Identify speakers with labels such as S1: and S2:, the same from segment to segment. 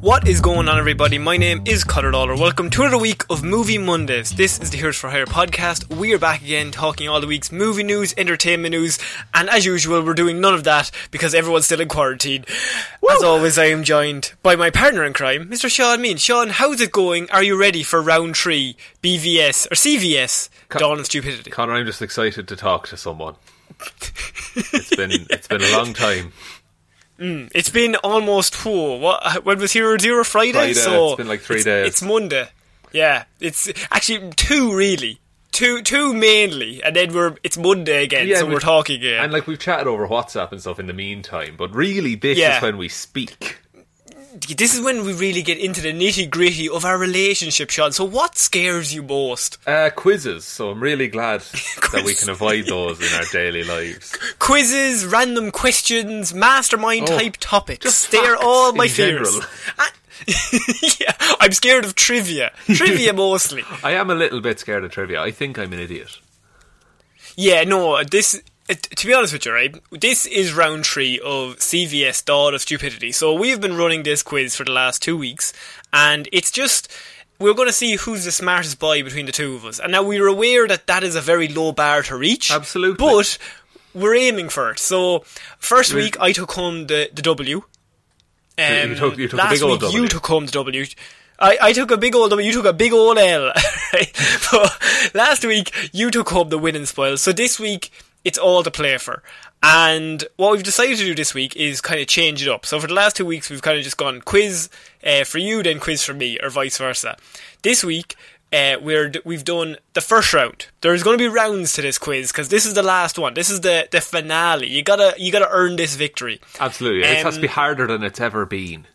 S1: What is going on, everybody? My name is Cutter Lawler. Welcome to another week of Movie Mondays. This is the Heroes for Hire podcast. We are back again talking all the week's movie news, entertainment news, and as usual, we're doing none of that because everyone's still in quarantine. As always, I am joined by my partner in crime, Mr. Sean Mean. Sean, how's it going? Are you ready for round three, BVS, or CVS, Dawn of Stupidity?
S2: Connor, I'm just excited to talk to someone. It's been it's been a long time.
S1: It's been almost whoa, what when was Hero Zero Friday?
S2: Friday,
S1: So
S2: it's been like three
S1: it's-
S2: days.
S1: It's Monday. Yeah. It's actually two really. Two two mainly. And then we're it's Monday again, so
S2: and
S1: we're
S2: we-
S1: talking again.
S2: and like we've chatted over WhatsApp and stuff in the meantime. But really, this
S1: Yeah.
S2: is when we speak.
S1: this is when we really get into the nitty gritty of our relationship, Sean. So what scares you most?
S2: Uh, quizzes. So I'm really glad that we can avoid those in our daily lives.
S1: Quizzes, random questions, mastermind
S2: Oh,
S1: type topics.
S2: just
S1: they are
S2: facts
S1: all
S2: in
S1: my fears.
S2: general.
S1: I- yeah, I'm scared of trivia. Trivia mostly.
S2: I am a little bit scared of trivia. I think I'm an idiot.
S1: Yeah, no, this. uh, t- To be honest with you, right? This is round three of CVS Dawn of Stupidity. So we've been running this quiz for the last two weeks, and it's just. We're going to see who's the smartest boy between the two of us. And now we're aware that that is a very low bar to reach.
S2: Absolutely.
S1: But we're aiming for it. So, first week, I took home the, the W.
S2: you
S1: Um,
S2: took- you took a
S1: last
S2: big old
S1: week
S2: W.
S1: you took home the W. I, I took a big old W. You took a big old L. right? but last week you took home the win and spoil. So this week it's all to play for. And what we've decided to do this week is kind of change it up. So for the last two weeks we've kind of just gone quiz uh, for you, then quiz for me, or vice versa. This week. Uh, we're d- we've done the first round. There's going to be rounds to this quiz because this is the last one. This is the, the finale. You gotta you gotta earn this victory.
S2: Absolutely, it has to be
S1: Um,
S2: harder than it's ever been.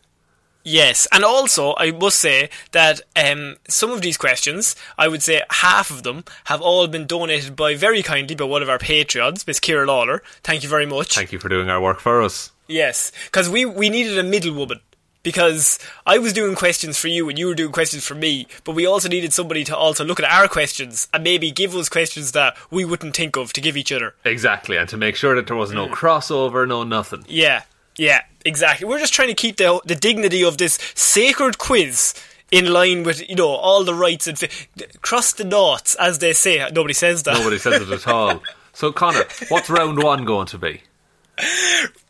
S1: Yes, and also I must say that um, some of these questions, I would say half of them, have all been donated by very kindly by one of our Patreons, Miss Kira Lawler. Thank you very much.
S2: Thank you for doing our work for us.
S1: Yes, because we, we needed a middle woman. Because I was doing questions for you and you were doing questions for me, but we also needed somebody to also look at our questions and maybe give us questions that we wouldn't think of to give each other.
S2: Exactly, and to make sure that there was no crossover, no nothing.
S1: Yeah, yeah, exactly. We're just trying to keep the the dignity of this sacred quiz in line with you know all the rights and fi- cross the knots, as they say. Nobody says that.
S2: Nobody says it at all. So Connor, what's round one going to be?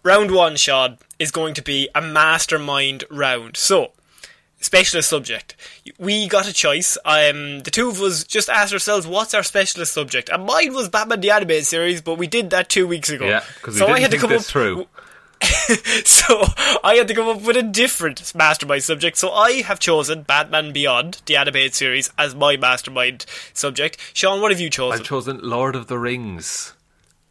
S1: round one, Sean, is going to be a mastermind round. So, specialist subject. We got a choice. Um, the two of us just asked ourselves, what's our specialist subject? And mine was Batman the Animated Series, but we did that two weeks ago.
S2: Yeah, because we didn't think this through.
S1: So I had to come up with a different mastermind subject. So I have chosen Batman Beyond, the animated series, as my mastermind subject. Sean, what have you chosen?
S2: I've chosen Lord of the Rings.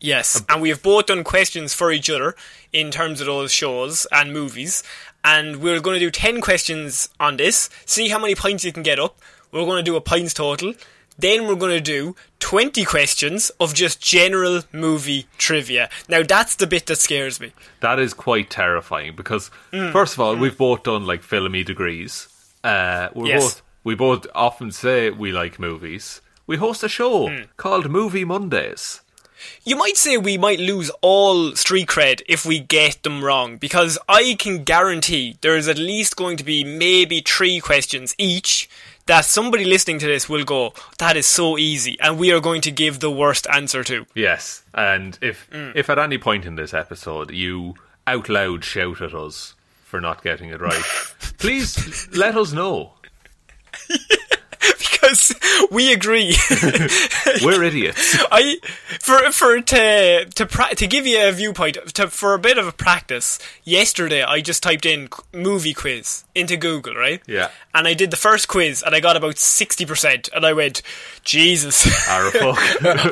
S1: yes, and we have both done questions for each other in terms of those shows and movies. And we're going to do ten questions on this. See how many points you can get up. We're going to do a points total. Then we're going to do 20 questions of just general movie trivia. Now, that's the bit that scares me.
S2: That is quite terrifying because, first of all, we've both done like filmy degrees. Uh, we're
S1: Yes.
S2: both we both often say we like movies. We host a show called Movie Mondays.
S1: You might say we might lose all street cred if we get them wrong, because I can guarantee there is at least going to be maybe three questions each that somebody listening to this will go, that is so easy, and we are going to give the worst answer to.
S2: Yes, and if if at any point in this episode you out loud shout at us for not getting it right, please let us know.
S1: Because we agree.
S2: We're idiots.
S1: I for for to to pra- to give you a viewpoint to for a bit of a practice. Yesterday, I just typed in qu- movie quiz into Google, right?
S2: Yeah.
S1: And I did the first quiz, and I got about sixty percent, and I went, Jesus,
S2: Are a fuck.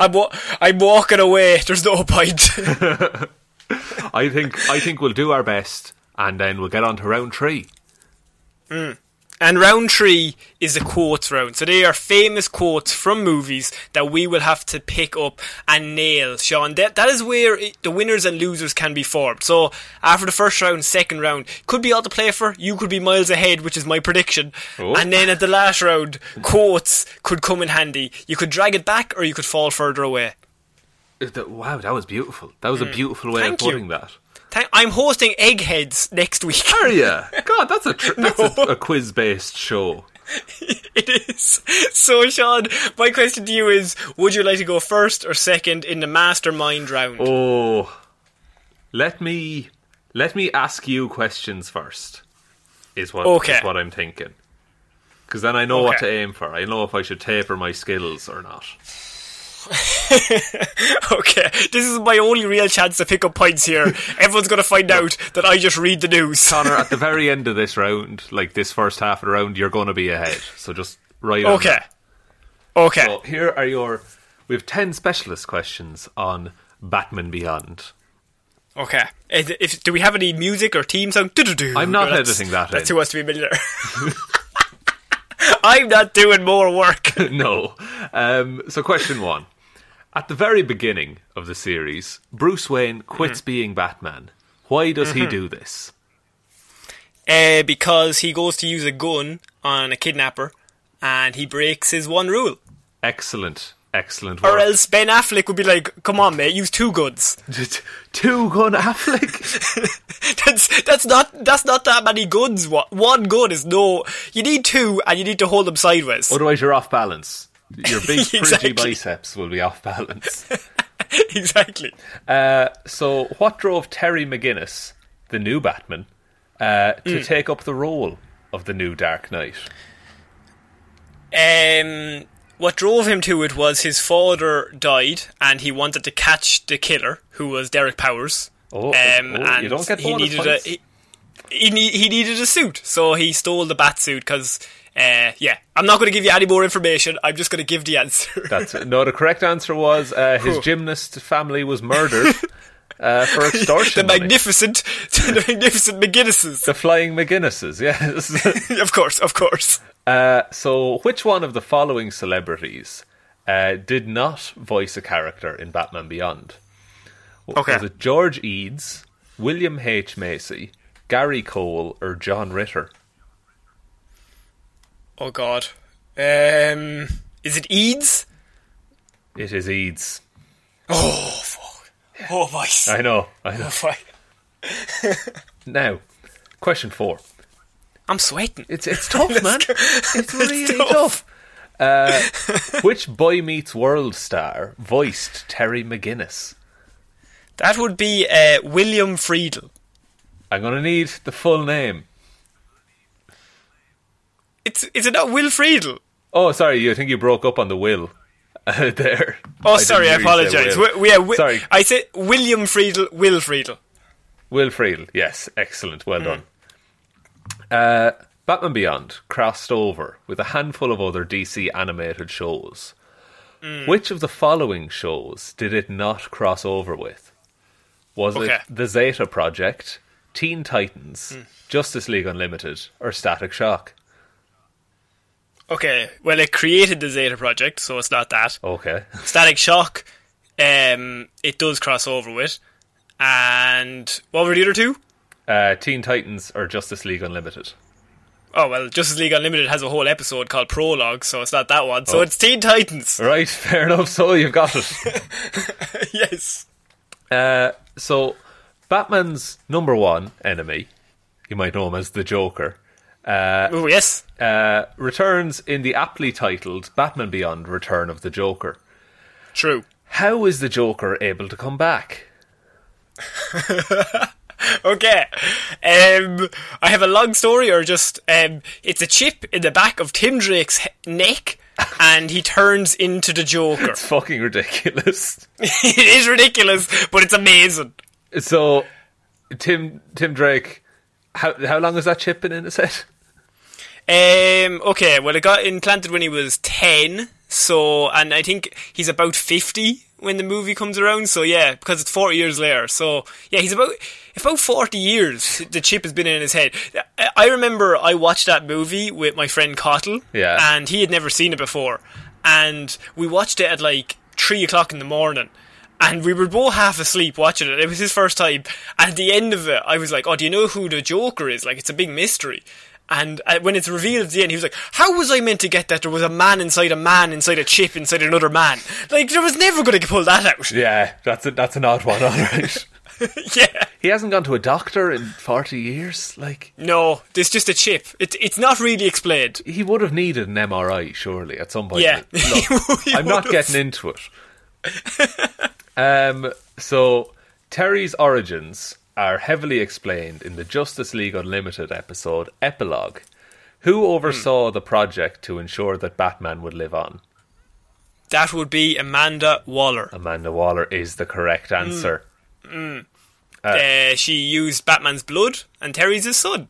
S1: I'm wa- I'm walking away. There's no point.
S2: I think I think we'll do our best, and then we'll get on to round three.
S1: And round three is the quotes round. So they are famous quotes from movies that we will have to pick up and nail, Sean. That, that is where it, the winners and losers can be formed. So after the first round, second round, could be all to play for. You could be miles ahead, which is my prediction.
S2: Oh.
S1: And then at the last round, quotes could come in handy. You could drag it back or you could fall further away.
S2: Is Uh, that- Wow, that was beautiful. That was a beautiful way
S1: Mm. Thank
S2: of
S1: you.
S2: putting that.
S1: Thank- I'm hosting Eggheads next week.
S2: Are ya? God, that's a tr- that's a, a quiz based show.
S1: It is. So, Sean, my question to you is would you like to go first or second in the mastermind round?
S2: Oh, let me let me ask you questions first. Is what
S1: Okay.
S2: is what I'm thinking. Because then I know what to
S1: Okay.
S2: aim for. I know if I should taper my skills or not.
S1: Okay, this is my only real chance to pick up points here. Everyone's going to find out that I just read the news.
S2: Connor, at the very end of this round, like this first half of the round, you're going to be ahead. So just right. on
S1: Okay.
S2: that.
S1: Okay.
S2: So here are your. We have ten specialist questions on Batman Beyond.
S1: Okay. If, if- do we have any music or theme song? Do-do-do.
S2: I'm not
S1: No, that's-
S2: editing that
S1: That's
S2: in.
S1: who wants to be a millionaire. I'm not doing more work.
S2: no. Um, so, question one. At the very beginning of the series, Bruce Wayne quits
S1: Mm-hmm.
S2: being Batman. Why does he do this?
S1: Uh, because he goes to use a gun on a kidnapper and he breaks his one rule.
S2: Excellent, excellent
S1: Or
S2: work.
S1: else Ben Affleck would be like, "Come on, mate, use two guns."
S2: Two gun Affleck.
S1: that's that's not that's not that many guns. What one gun is no. You need two, and you need to hold them sideways.
S2: Otherwise, you're off balance. Your big, fringy
S1: Exactly.
S2: biceps will be off balance.
S1: exactly.
S2: Uh, so, what drove Terry McGinnis, the new Batman, uh, to
S1: Mm.
S2: take up the role of the new Dark Knight?
S1: Um, what drove him to it was his father died, and he wanted to catch the killer, who was Derek Powers. Um,
S2: Oh, oh, you don't get
S1: he
S2: bonus
S1: needed
S2: points.
S1: a he, he, need, he needed a suit, so he stole the bat suit because. Uh, yeah, I'm not going to give you any more information. I'm just going to give the answer.
S2: That's it. No, the correct answer was uh, his gymnast family was murdered uh, for extortion.
S1: the
S2: money.
S1: magnificent, the magnificent McGinnises.
S2: The flying McGinnises, yes.
S1: of course, of course.
S2: uh, so, which one of the following celebrities uh, did not voice a character in Batman Beyond? W-
S1: Okay.
S2: Was it George Eads, William H. Macy, Gary Cole, or John Ritter?
S1: Oh God. Um, is it Eads?
S2: It is Eads.
S1: Oh fuck. Oh my.
S2: I know, I know. Now, question four.
S1: I'm sweating.
S2: It's it's tough, man. It's really
S1: tough.
S2: tough. Uh, which Boy Meets World star voiced Terry McGinnis?
S1: That would be uh, William Friedle.
S2: I'm gonna need the full name.
S1: It's is it not Will Friedle?
S2: Oh, sorry, you I think you broke up on the will uh, there.
S1: Oh,
S2: didn't
S1: sorry, I
S2: hear you say
S1: apologise.
S2: Will.
S1: We, we, yeah, Wi-
S2: sorry,
S1: I said William Friedle, Will Friedle.
S2: Will Friedle. Yes, excellent. Well done. Uh, Batman Beyond crossed over with a handful of other DC animated shows. Which of the following shows did it not cross over with? Was
S1: Okay.
S2: it The Zeta Project, Teen Titans, Justice League Unlimited, or Static Shock?
S1: Okay, well, it created the Zeta Project, so it's not that.
S2: Okay.
S1: Static Shock, um, it does cross over with. And what were the other two?
S2: Uh, Teen Titans or Justice League Unlimited.
S1: Oh, well, Justice League Unlimited has a whole episode called Prologue, so it's not that one. So
S2: Oh.
S1: it's Teen Titans.
S2: Right, fair enough. So you've got it.
S1: yes.
S2: Uh, so, Batman's number one enemy, you might know him as the Joker,
S1: Oh, yes.
S2: uh, returns in the aptly titled Batman Beyond Return of the Joker.
S1: True.
S2: How is the Joker able to come back?
S1: Okay. Um, I have a long story, or just um, it's a chip in the back of Tim Drake's he- neck, and he turns into the Joker.
S2: It's fucking ridiculous.
S1: it is ridiculous, but it's amazing.
S2: So, Tim Tim Drake, how how long has that chip been in his head?
S1: Um, okay, well, it got implanted when he was 10, so, and I think he's about 50 when the movie comes around, so yeah, because it's 40 years later, so yeah, he's about, about 40 years the chip has been in his head. I- I remember I watched that movie with my friend Cottle,
S2: Yeah.
S1: and he had never seen it before, and we watched it at like 3 o'clock in the morning. And we were both half asleep watching it. It was his first time. And at the end of it, I was like, "Oh, do you know who the Joker is? Like, it's a big mystery." And uh, when it's revealed at the end, he was like, "How was I meant to get that? There was a man inside a man inside a chip inside another man. Like, there was never going to pull that out."
S2: Yeah, that's a, that's an odd one, all right.
S1: yeah.
S2: he hasn't gone to a doctor in forty years. Like
S1: No, there's just a chip. It, it's not really explained.
S2: he would have needed an MRI surely at some point.
S1: Yeah.
S2: Look,
S1: He
S2: I'm not
S1: would have.
S2: getting into it. um, so Terry's origins are heavily explained in the Justice League Unlimited episode Epilogue. Who oversaw
S1: Hmm.
S2: the project to ensure that Batman would live on?
S1: That would be Amanda Waller.
S2: Amanda Waller is the correct
S1: Hmm.
S2: answer.
S1: Uh, she used Batman's blood, and Terry's his son.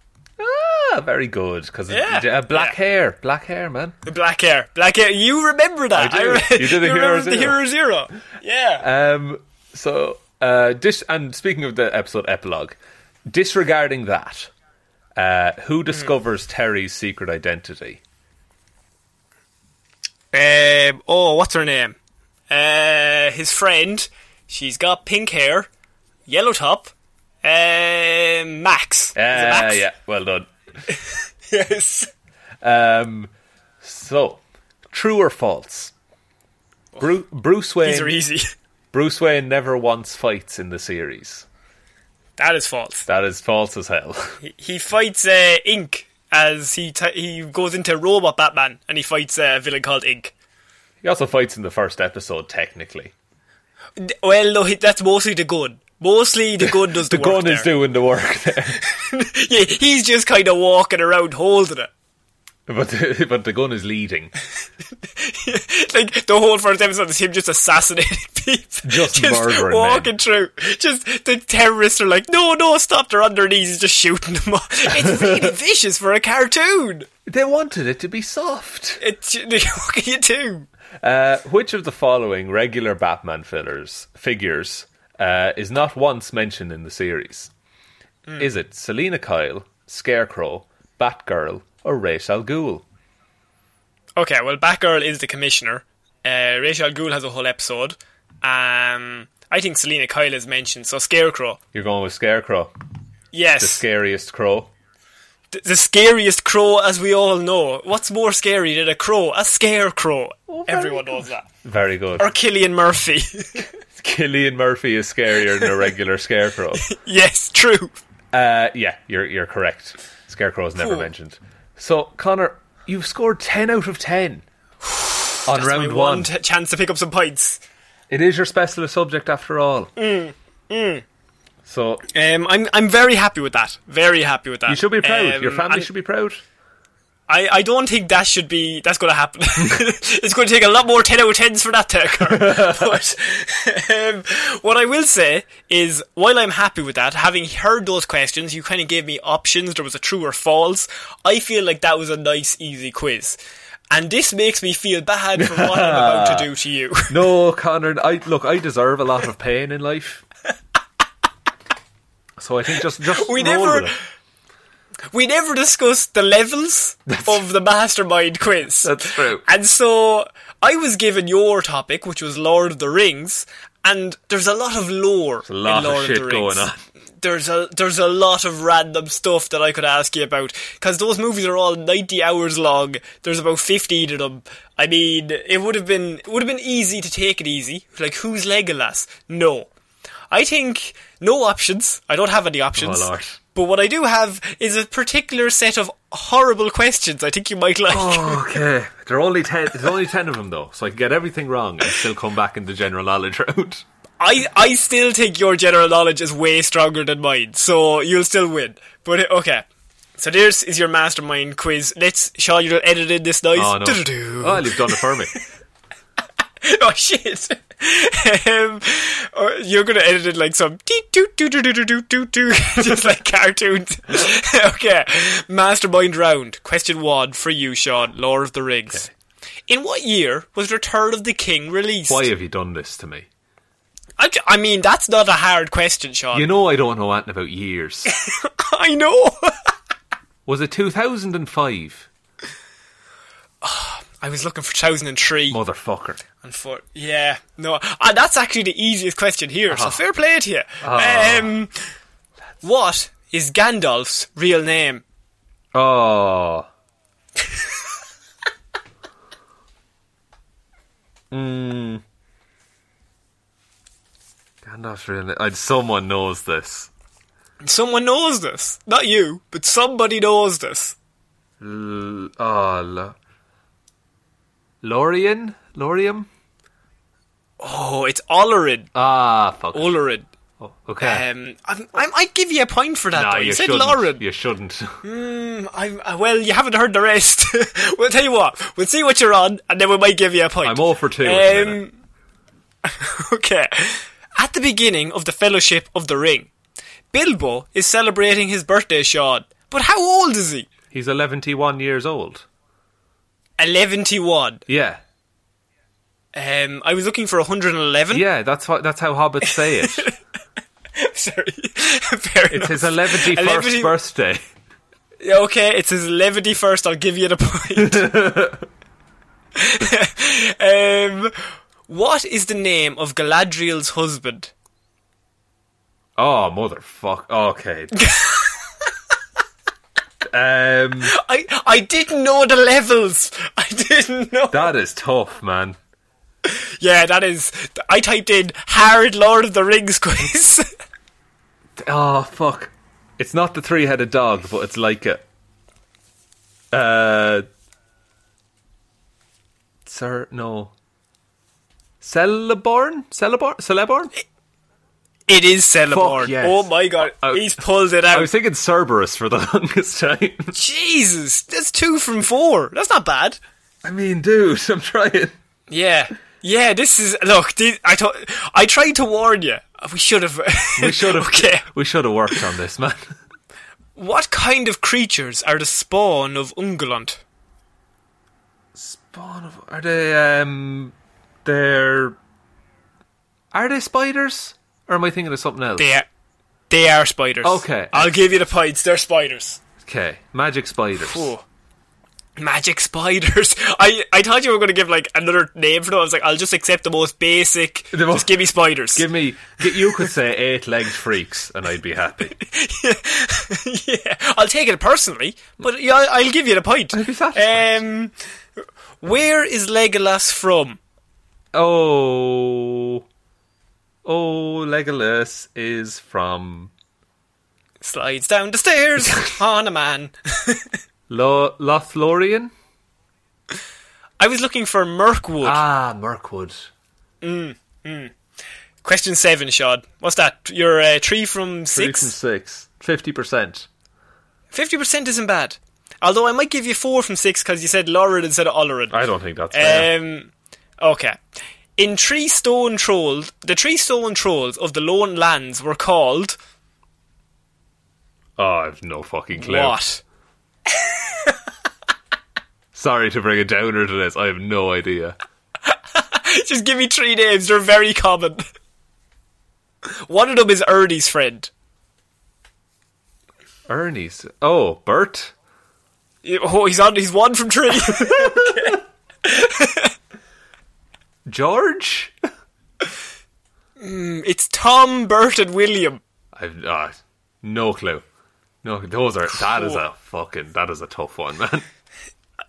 S2: Ah, very good because
S1: Yeah.
S2: black
S1: Yeah.
S2: hair, black hair, man.
S1: The black hair. Black hair. You remember that.
S2: I do.
S1: re-
S2: You did the Hero
S1: remember the
S2: Zero.
S1: Hero Zero. Yeah.
S2: Um, so, uh, dis- and speaking of the episode epilogue, disregarding that, uh, who
S1: Hmm.
S2: discovers Terry's secret identity? Uh,
S1: Um, oh, what's her name? Uh, his friend. She's got pink hair, yellow top. Um, Max. Is it
S2: Ah,
S1: Max?
S2: yeah, well done.
S1: Yes.
S2: Um, so, true or false? Bru- Bruce
S1: These are
S2: Wayne.
S1: easy.
S2: Bruce Wayne never once fights in the series.
S1: That is false.
S2: That is false as hell.
S1: He fights uh, Ink as he t- he goes into Robot Batman and he fights uh, a villain called Ink.
S2: he also fights in the first episode, technically.
S1: D- Well, no, he- that's mostly the gun. Mostly the gun does the,
S2: The
S1: work
S2: gun is
S1: there.
S2: doing the work there,
S1: Yeah, he's just kind of walking around holding it.
S2: but the, but the gun is leading.
S1: like the whole first episode is him just assassinating people,
S2: Just murdering them.
S1: walking through. Just the terrorists are like, no, no, stop! They're on their knees, he's just shooting them. Off. It's really vicious for a cartoon.
S2: They wanted it to be soft.
S1: It's what can you do?
S2: Uh, which of the following regular Batman fillers, figures uh, is not once mentioned in the series?
S1: Hmm.
S2: Is it Selena Kyle, Scarecrow, Batgirl, or Ra's al Ghul?
S1: Okay, well, Batgirl is the commissioner. Uh, Rachel Gould has a whole episode. Um, I think Selena Kyle is mentioned. So Scarecrow,
S2: You're going with Scarecrow,
S1: yes,
S2: the scariest crow.
S1: Th- the scariest crow, as we all know. What's more scary than a crow? A scarecrow. Everyone knows that.
S2: Very good.
S1: Or Killian Murphy.
S2: Killian Murphy is scarier than a regular Scarecrow.
S1: Yes, true.
S2: Uh, yeah, you're you're correct. Scarecrow is never
S1: Cool.
S2: mentioned. So Connor, you've scored ten out of ten on round
S1: My
S2: one.
S1: t- chance to pick up some points.
S2: It is your specialist subject after all. mm. So
S1: Um, I'm I'm very happy with that. Very happy with that.
S2: you should be proud. your
S1: Um,
S2: family
S1: and
S2: should be proud.
S1: I, I don't think that should be. That's going to happen. it's going to take a lot more ten out of tens for that to occur. but um, what I will say is, while I'm happy with that, having heard those questions, you kind of gave me options. There was a true or false. I feel like that was a nice, easy quiz, and this makes me feel bad for what I'm about to do to you.
S2: No, Connor. I look. I deserve a lot of pain in life. So I think just just
S1: We
S2: roll
S1: never-
S2: with it.
S1: we never discussed the levels of the mastermind quiz.
S2: That's true.
S1: And so I was given your topic, which was Lord of the Rings, and there's a lot of lore.
S2: a lot
S1: in Lord
S2: of shit
S1: the Rings.
S2: going on.
S1: There's a there's a lot of random stuff that I could ask you about because those movies are all 90 hours long. There's about 15 of them. I mean, it would have been it would have been easy to take it easy. Like who's Legolas? No, I think no options. I don't have any options.
S2: Oh, Lord.
S1: But what I do have is a particular set of horrible questions. I think you might like.
S2: Oh. Okay, there are only ten. There's only ten of them though, so I can get everything wrong and still come back in the general knowledge route.
S1: I I still think your general knowledge is way stronger than mine, so you'll still win. But uh, okay. So this is your mastermind quiz. Let's Sean, you'll edit in this nice.
S2: Oh no!
S1: Doo-doo-doo.
S2: Oh, you've done it for me.
S1: oh shit. um, or you're gonna edit it like some dee doo doo doo doo doo doo doo doo, just like cartoons. okay, mastermind round. Question one for you, Sean. Lord of the Rings. In what year was Return of the King released?
S2: Why have you done this to me?
S1: I, I mean, that's not a hard question, Sean.
S2: You know I don't know anything about years.
S1: I know.
S2: Was it 2005?
S1: I was looking for 2003.
S2: Motherfucker.
S1: And for yeah, no, ah, that's actually the easiest question here. So
S2: Uh-huh.
S1: fair play to you.
S2: Ah.
S1: Um, what is Gandalf's real name?
S2: Oh. mm. Gandalf's real name. and Someone knows this.
S1: Someone knows this. Not you, but somebody knows this.
S2: L- oh, L- Lorien? Lorium?
S1: Oh, it's Olerid.
S2: Ah, fuck.
S1: Olerid.
S2: Oh, okay.
S1: Um, I'm, I'm, I'd give you a point for that.
S2: Nah,
S1: though.
S2: you,
S1: You said
S2: shouldn't.
S1: Lauren.
S2: You shouldn't.
S1: I'm, uh, well, you haven't heard the rest. we'll tell you what. We'll see what you're on, and then we might give you a point.
S2: I'm all for two. at the minute.
S1: Um, okay. At the beginning of the Fellowship of the Ring, Bilbo is celebrating his birthday, Sean. But how old is he?
S2: He's 111 years old.
S1: 111.
S2: Yeah.
S1: Um, I was looking for 111.
S2: Yeah, that's what, that's how hobbits say it.
S1: Sorry. Fair
S2: It's
S1: enough.
S2: his 111st
S1: 11th
S2: birthday.
S1: Okay, it's his levity first. I'll give you the point. um, what is the name of Galadriel's husband?
S2: Oh, motherfuck. Okay. um,
S1: I I didn't know the levels. I didn't know.
S2: that is tough, man.
S1: Yeah, that is. I typed in hard Lord of the Rings quiz.
S2: Oh, fuck. It's not the three headed dog, but it's like it. Uh. Sir, no. Celeborn? Celeborn? Celeborn?
S1: it is Celeborn.
S2: Fuck yes.
S1: Oh my god,
S2: I-
S1: he's pulled it
S2: I
S1: out.
S2: was thinking Cerberus for the longest time.
S1: Jesus, that's two from four. That's not bad.
S2: I mean, dude, I'm trying.
S1: Yeah, yeah. This is look. This, I thought I tried to warn you. We should have.
S2: We should have.
S1: okay.
S2: We should have worked on this, man.
S1: What kind of creatures are the spawn of Ungulant?
S2: Spawn of are they um they're are they spiders or am I thinking of something else?
S1: They are, they are spiders.
S2: Okay.
S1: I'll give you the points. They're spiders.
S2: Okay, magic spiders.
S1: Phew. Magic spiders. I, I thought you were going to give like another name for them. I was like, I'll just accept the most basic.
S2: The most-
S1: just give me spiders.
S2: Give me get, you could say eight legged freaks and I'd be happy.
S1: yeah, I'll take it personally, but yeah, I- I'll give you the point.
S2: I'd be satisfied.
S1: Um, where is Legolas from?
S2: Oh Oh Legolas is from
S1: Slides down the stairs on a man.
S2: Lo- Lothlorien?
S1: I was looking for Mirkwood.
S2: Ah, Mirkwood.
S1: Question seven, Shod. What's that? You're uh, three from
S2: Three from
S1: six.
S2: six. Fifty percent.
S1: Fifty percent isn't bad. Although I might give you four from six because you said Lauren instead of Olerin.
S2: I don't think that's fair.
S1: Um, okay. In Tree Stone Trolls, the Tree Stone Trolls of the Lone Lands were called
S2: oh, I've no fucking clue.
S1: what?
S2: Sorry to bring a downer to this. I have no idea.
S1: Just give me three names. They're very common. One of them is Ernie's friend.
S2: Ernie's. Oh, Bert.
S1: Oh, he's on. He's one from three.
S2: George?
S1: it's Tom, Bert, and William.
S2: I've uh, no clue. No, those are that is a fucking that is a tough one, man.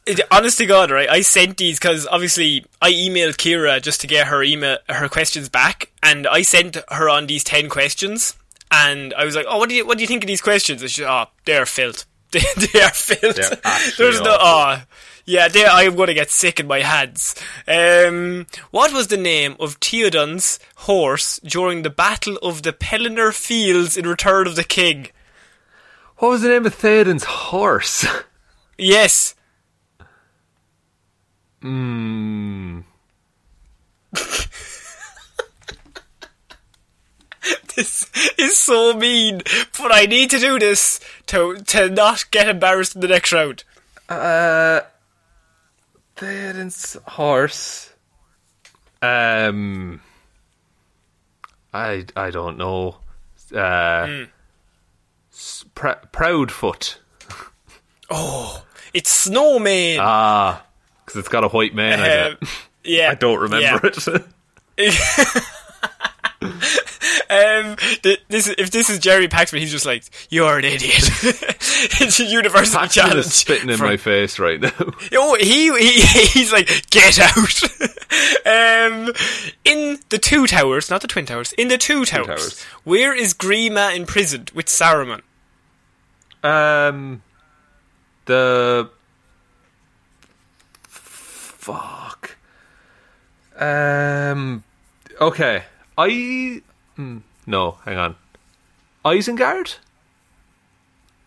S1: It, honest to God, right? I sent these because obviously I emailed Kira just to get her email her questions back, and I sent her on these ten questions, and I was like, "Oh, what do you what do you think of these questions?" And she, "Oh, they're filth. They, they are filth.
S2: They're actually
S1: There's no oh, yeah. They, I'm gonna get sick in my hands." Um, what was the name of Theoden's horse during the Battle of the Pelennor Fields in Return of the King?
S2: What was the name of Theoden's horse?
S1: Yes,
S2: Hmm.
S1: this is so mean, but I need to do this to to not get embarrassed in the next round.
S2: Uh, Theoden's horse. Um, I I don't know. Uh, s- pr- Proudfoot Oh.
S1: It's snowman.
S2: because it's got a white man in
S1: Um,
S2: it.
S1: yeah,
S2: Ah, I don't remember
S1: yeah.
S2: it.
S1: Um, th- this if this is Jerry Paxman, he's just like you're an idiot. it's a university
S2: Paxton
S1: challenge.
S2: is spitting in
S1: for-
S2: my face right now.
S1: Oh, he, he he's like get out. um, in the two towers, not the twin towers. In the two towers,
S2: Towers.
S1: where is Grima imprisoned with Saruman?
S2: Um, the fuck. Um, okay. I hmm, no, hang on. Isengard.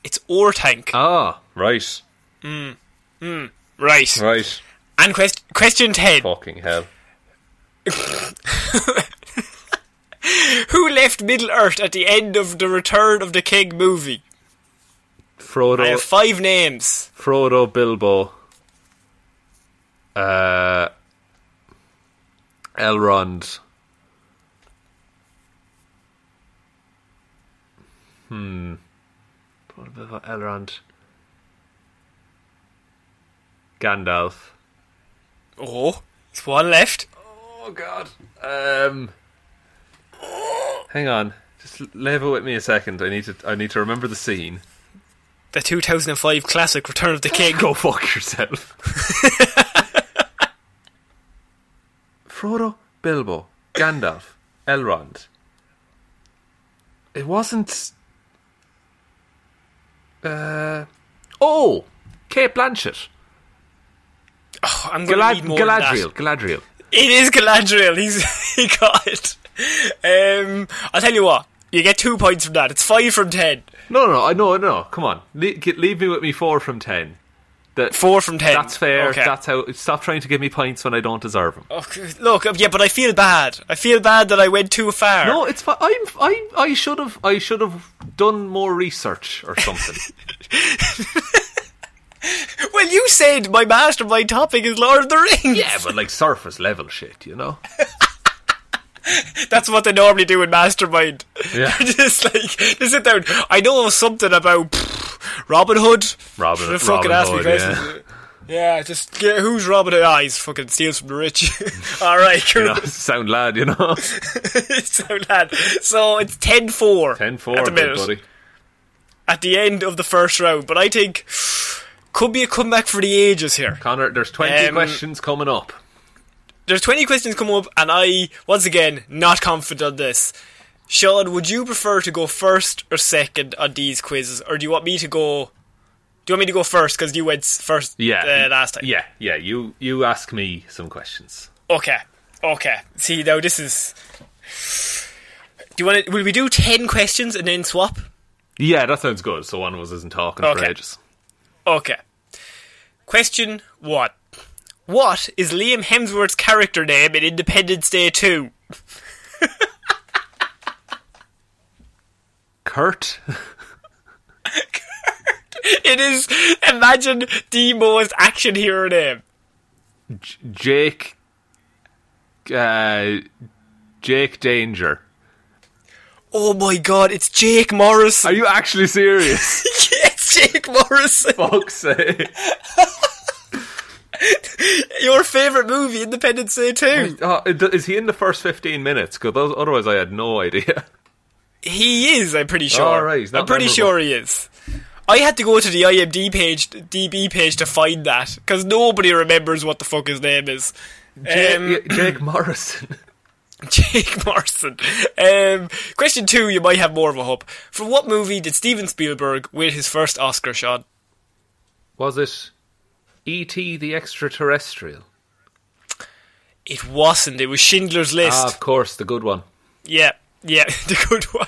S1: It's Ortank.
S2: Ah, right,
S1: right.
S2: right.
S1: And quest- question 10.
S2: Fucking hell.
S1: Who left Middle Earth at the end of the Return of the King movie?
S2: Frodo,
S1: I have five names.
S2: Frodo, Bilbo. Uh, Elrond. Hmm. What about Elrond? Gandalf.
S1: Oh, it's one left.
S2: Oh God. Um. Hang on. Just l- level with me a second. I need to. I need to remember the scene.
S1: The 2005 classic Return of the King.
S2: Go fuck yourself. Frodo, Bilbo, Gandalf, Elrond. It wasn't. Uh, oh, Kate Blanchett,
S1: Oh, I'm going to
S2: Galad-
S1: need more than that.
S2: Galadriel, Galadriel.
S1: It is Galadriel. He's he got it. Um, I'll tell you what. You get two points from that. It's five from ten.
S2: No, no, no, I- no, no. Come on, Le- get- leave me with me four from ten. That
S1: Four from ten.
S2: That's fair.
S1: Okay.
S2: That's how. Stop trying to give me points when I don't deserve them.
S1: Oh, c- look, yeah, but I feel bad. I feel bad that I went too far.
S2: No, it's fine. I'm. I. I should have. I should have done more research or something.
S1: Well, you said my mastermind topic is Lord of the Rings.
S2: Yeah, but like surface level shit, you know?
S1: That's what they normally do in Mastermind.
S2: Yeah.
S1: They're just like, they sit down. I know something about pff, Robin Hood.
S2: Robin-
S1: Should've fucking
S2: Robin
S1: asked me
S2: Hood,
S1: questions. Yeah, just yeah, who's Robin Hood? Ah, he's fucking steals from the rich. All right, cool.
S2: You know, sound lad, you know?
S1: so lad, so it's 10-4
S2: 10 4,
S1: at the minute,
S2: buddy.
S1: at the end of the first round. But I think could be a comeback for the ages here.
S2: Connor, there's 20
S1: Um,
S2: questions coming up.
S1: There's 20 questions coming up, and I once again not confident on this. Sean, would you prefer to go first or second on these quizzes, or do you want me to go? Do you want me to go first because you went s- first
S2: Yeah.
S1: uh, last time?
S2: Yeah, yeah. You, you ask me some questions.
S1: Okay. Okay. See now this is. Do you want to? Will we do ten questions and then swap?
S2: Yeah, that sounds good. So one of us isn't talking for
S1: Okay.
S2: ages.
S1: Okay. Question one. What is Liam Hemsworth's character name in Independence Day 2?
S2: Kurt?
S1: It is, imagine, the most action hero name.
S2: J- Jake. Uh, Jake Danger.
S1: Oh my god, it's Jake Morris.
S2: Are you actually serious?
S1: it's Jake Morris.
S2: Fuck's sake.
S1: Your favourite movie, Independence Day 2.
S2: Oh, is he in the first 15 minutes? Because otherwise I had no idea.
S1: He is, I'm pretty sure.
S2: All right, he's not
S1: I'm pretty
S2: memorable.
S1: sure he is. I had to go to the IMDb page, DB page to find that because nobody remembers what the fuck his name is. Um,
S2: Jake, Jake Morrison.
S1: Jake Morrison. Um, question two, you might have more of a hope. For what movie did Steven Spielberg win his first Oscar, Sean?
S2: Was it E.T. the Extraterrestrial?
S1: It wasn't. It was Schindler's List.
S2: Ah, of course, the good one.
S1: yeah, yeah, the good one.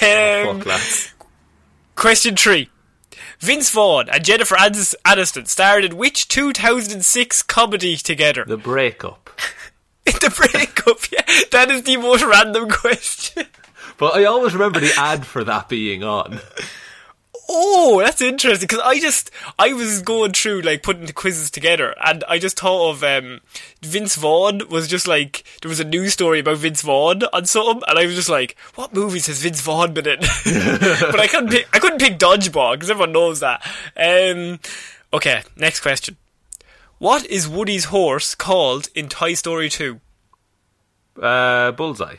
S1: Um,
S2: Oh, Fuck, lads.
S1: Question three. Vince Vaughn and Jennifer Anis- Aniston starred in which 2006 comedy together?
S2: The breakup.
S1: the breakup. Yeah, that is the most random question.
S2: But I always remember the ad for that being on.
S1: Oh, that's interesting because I just I was going through like putting the quizzes together, and I just thought of um, Vince Vaughn was just like there was a news story about Vince Vaughn on something, and I was just like, what movies has Vince Vaughn been in? but I couldn't pick I couldn't pick Dodgeball because everyone knows that. Um, okay, next question. What is Woody's horse called in Toy Story Two?
S2: Uh, bullseye.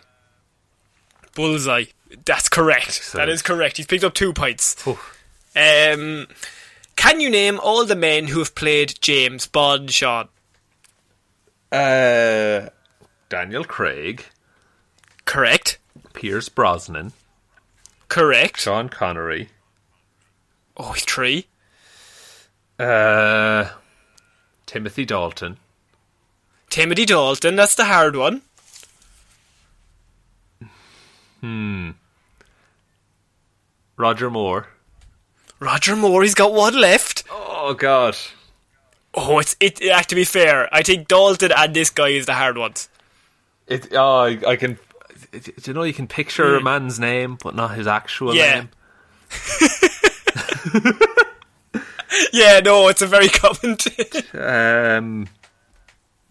S1: Bullseye. That's correct. That is correct. He's picked up two pints. Um, can you name all the men who have played James Bond, Sean?
S2: Uh, Daniel Craig,
S1: Correct.
S2: Pierce Brosnan,
S1: Correct.
S2: Sean Connery.
S1: Oh, three.
S2: Uh, Timothy Dalton.
S1: Timothy Dalton. That's the hard one.
S2: Roger Moore.
S1: Roger Moore. He's got one left.
S2: Oh God.
S1: Oh, it's it. it to be fair, I think Dalton and this guy is the hard ones.
S2: It. Oh, I, I can. Do you know you can picture a man's name, but not his actual
S1: Hmm. Yeah.
S2: name.
S1: Yeah, no, it's a very common. thing.
S2: Um.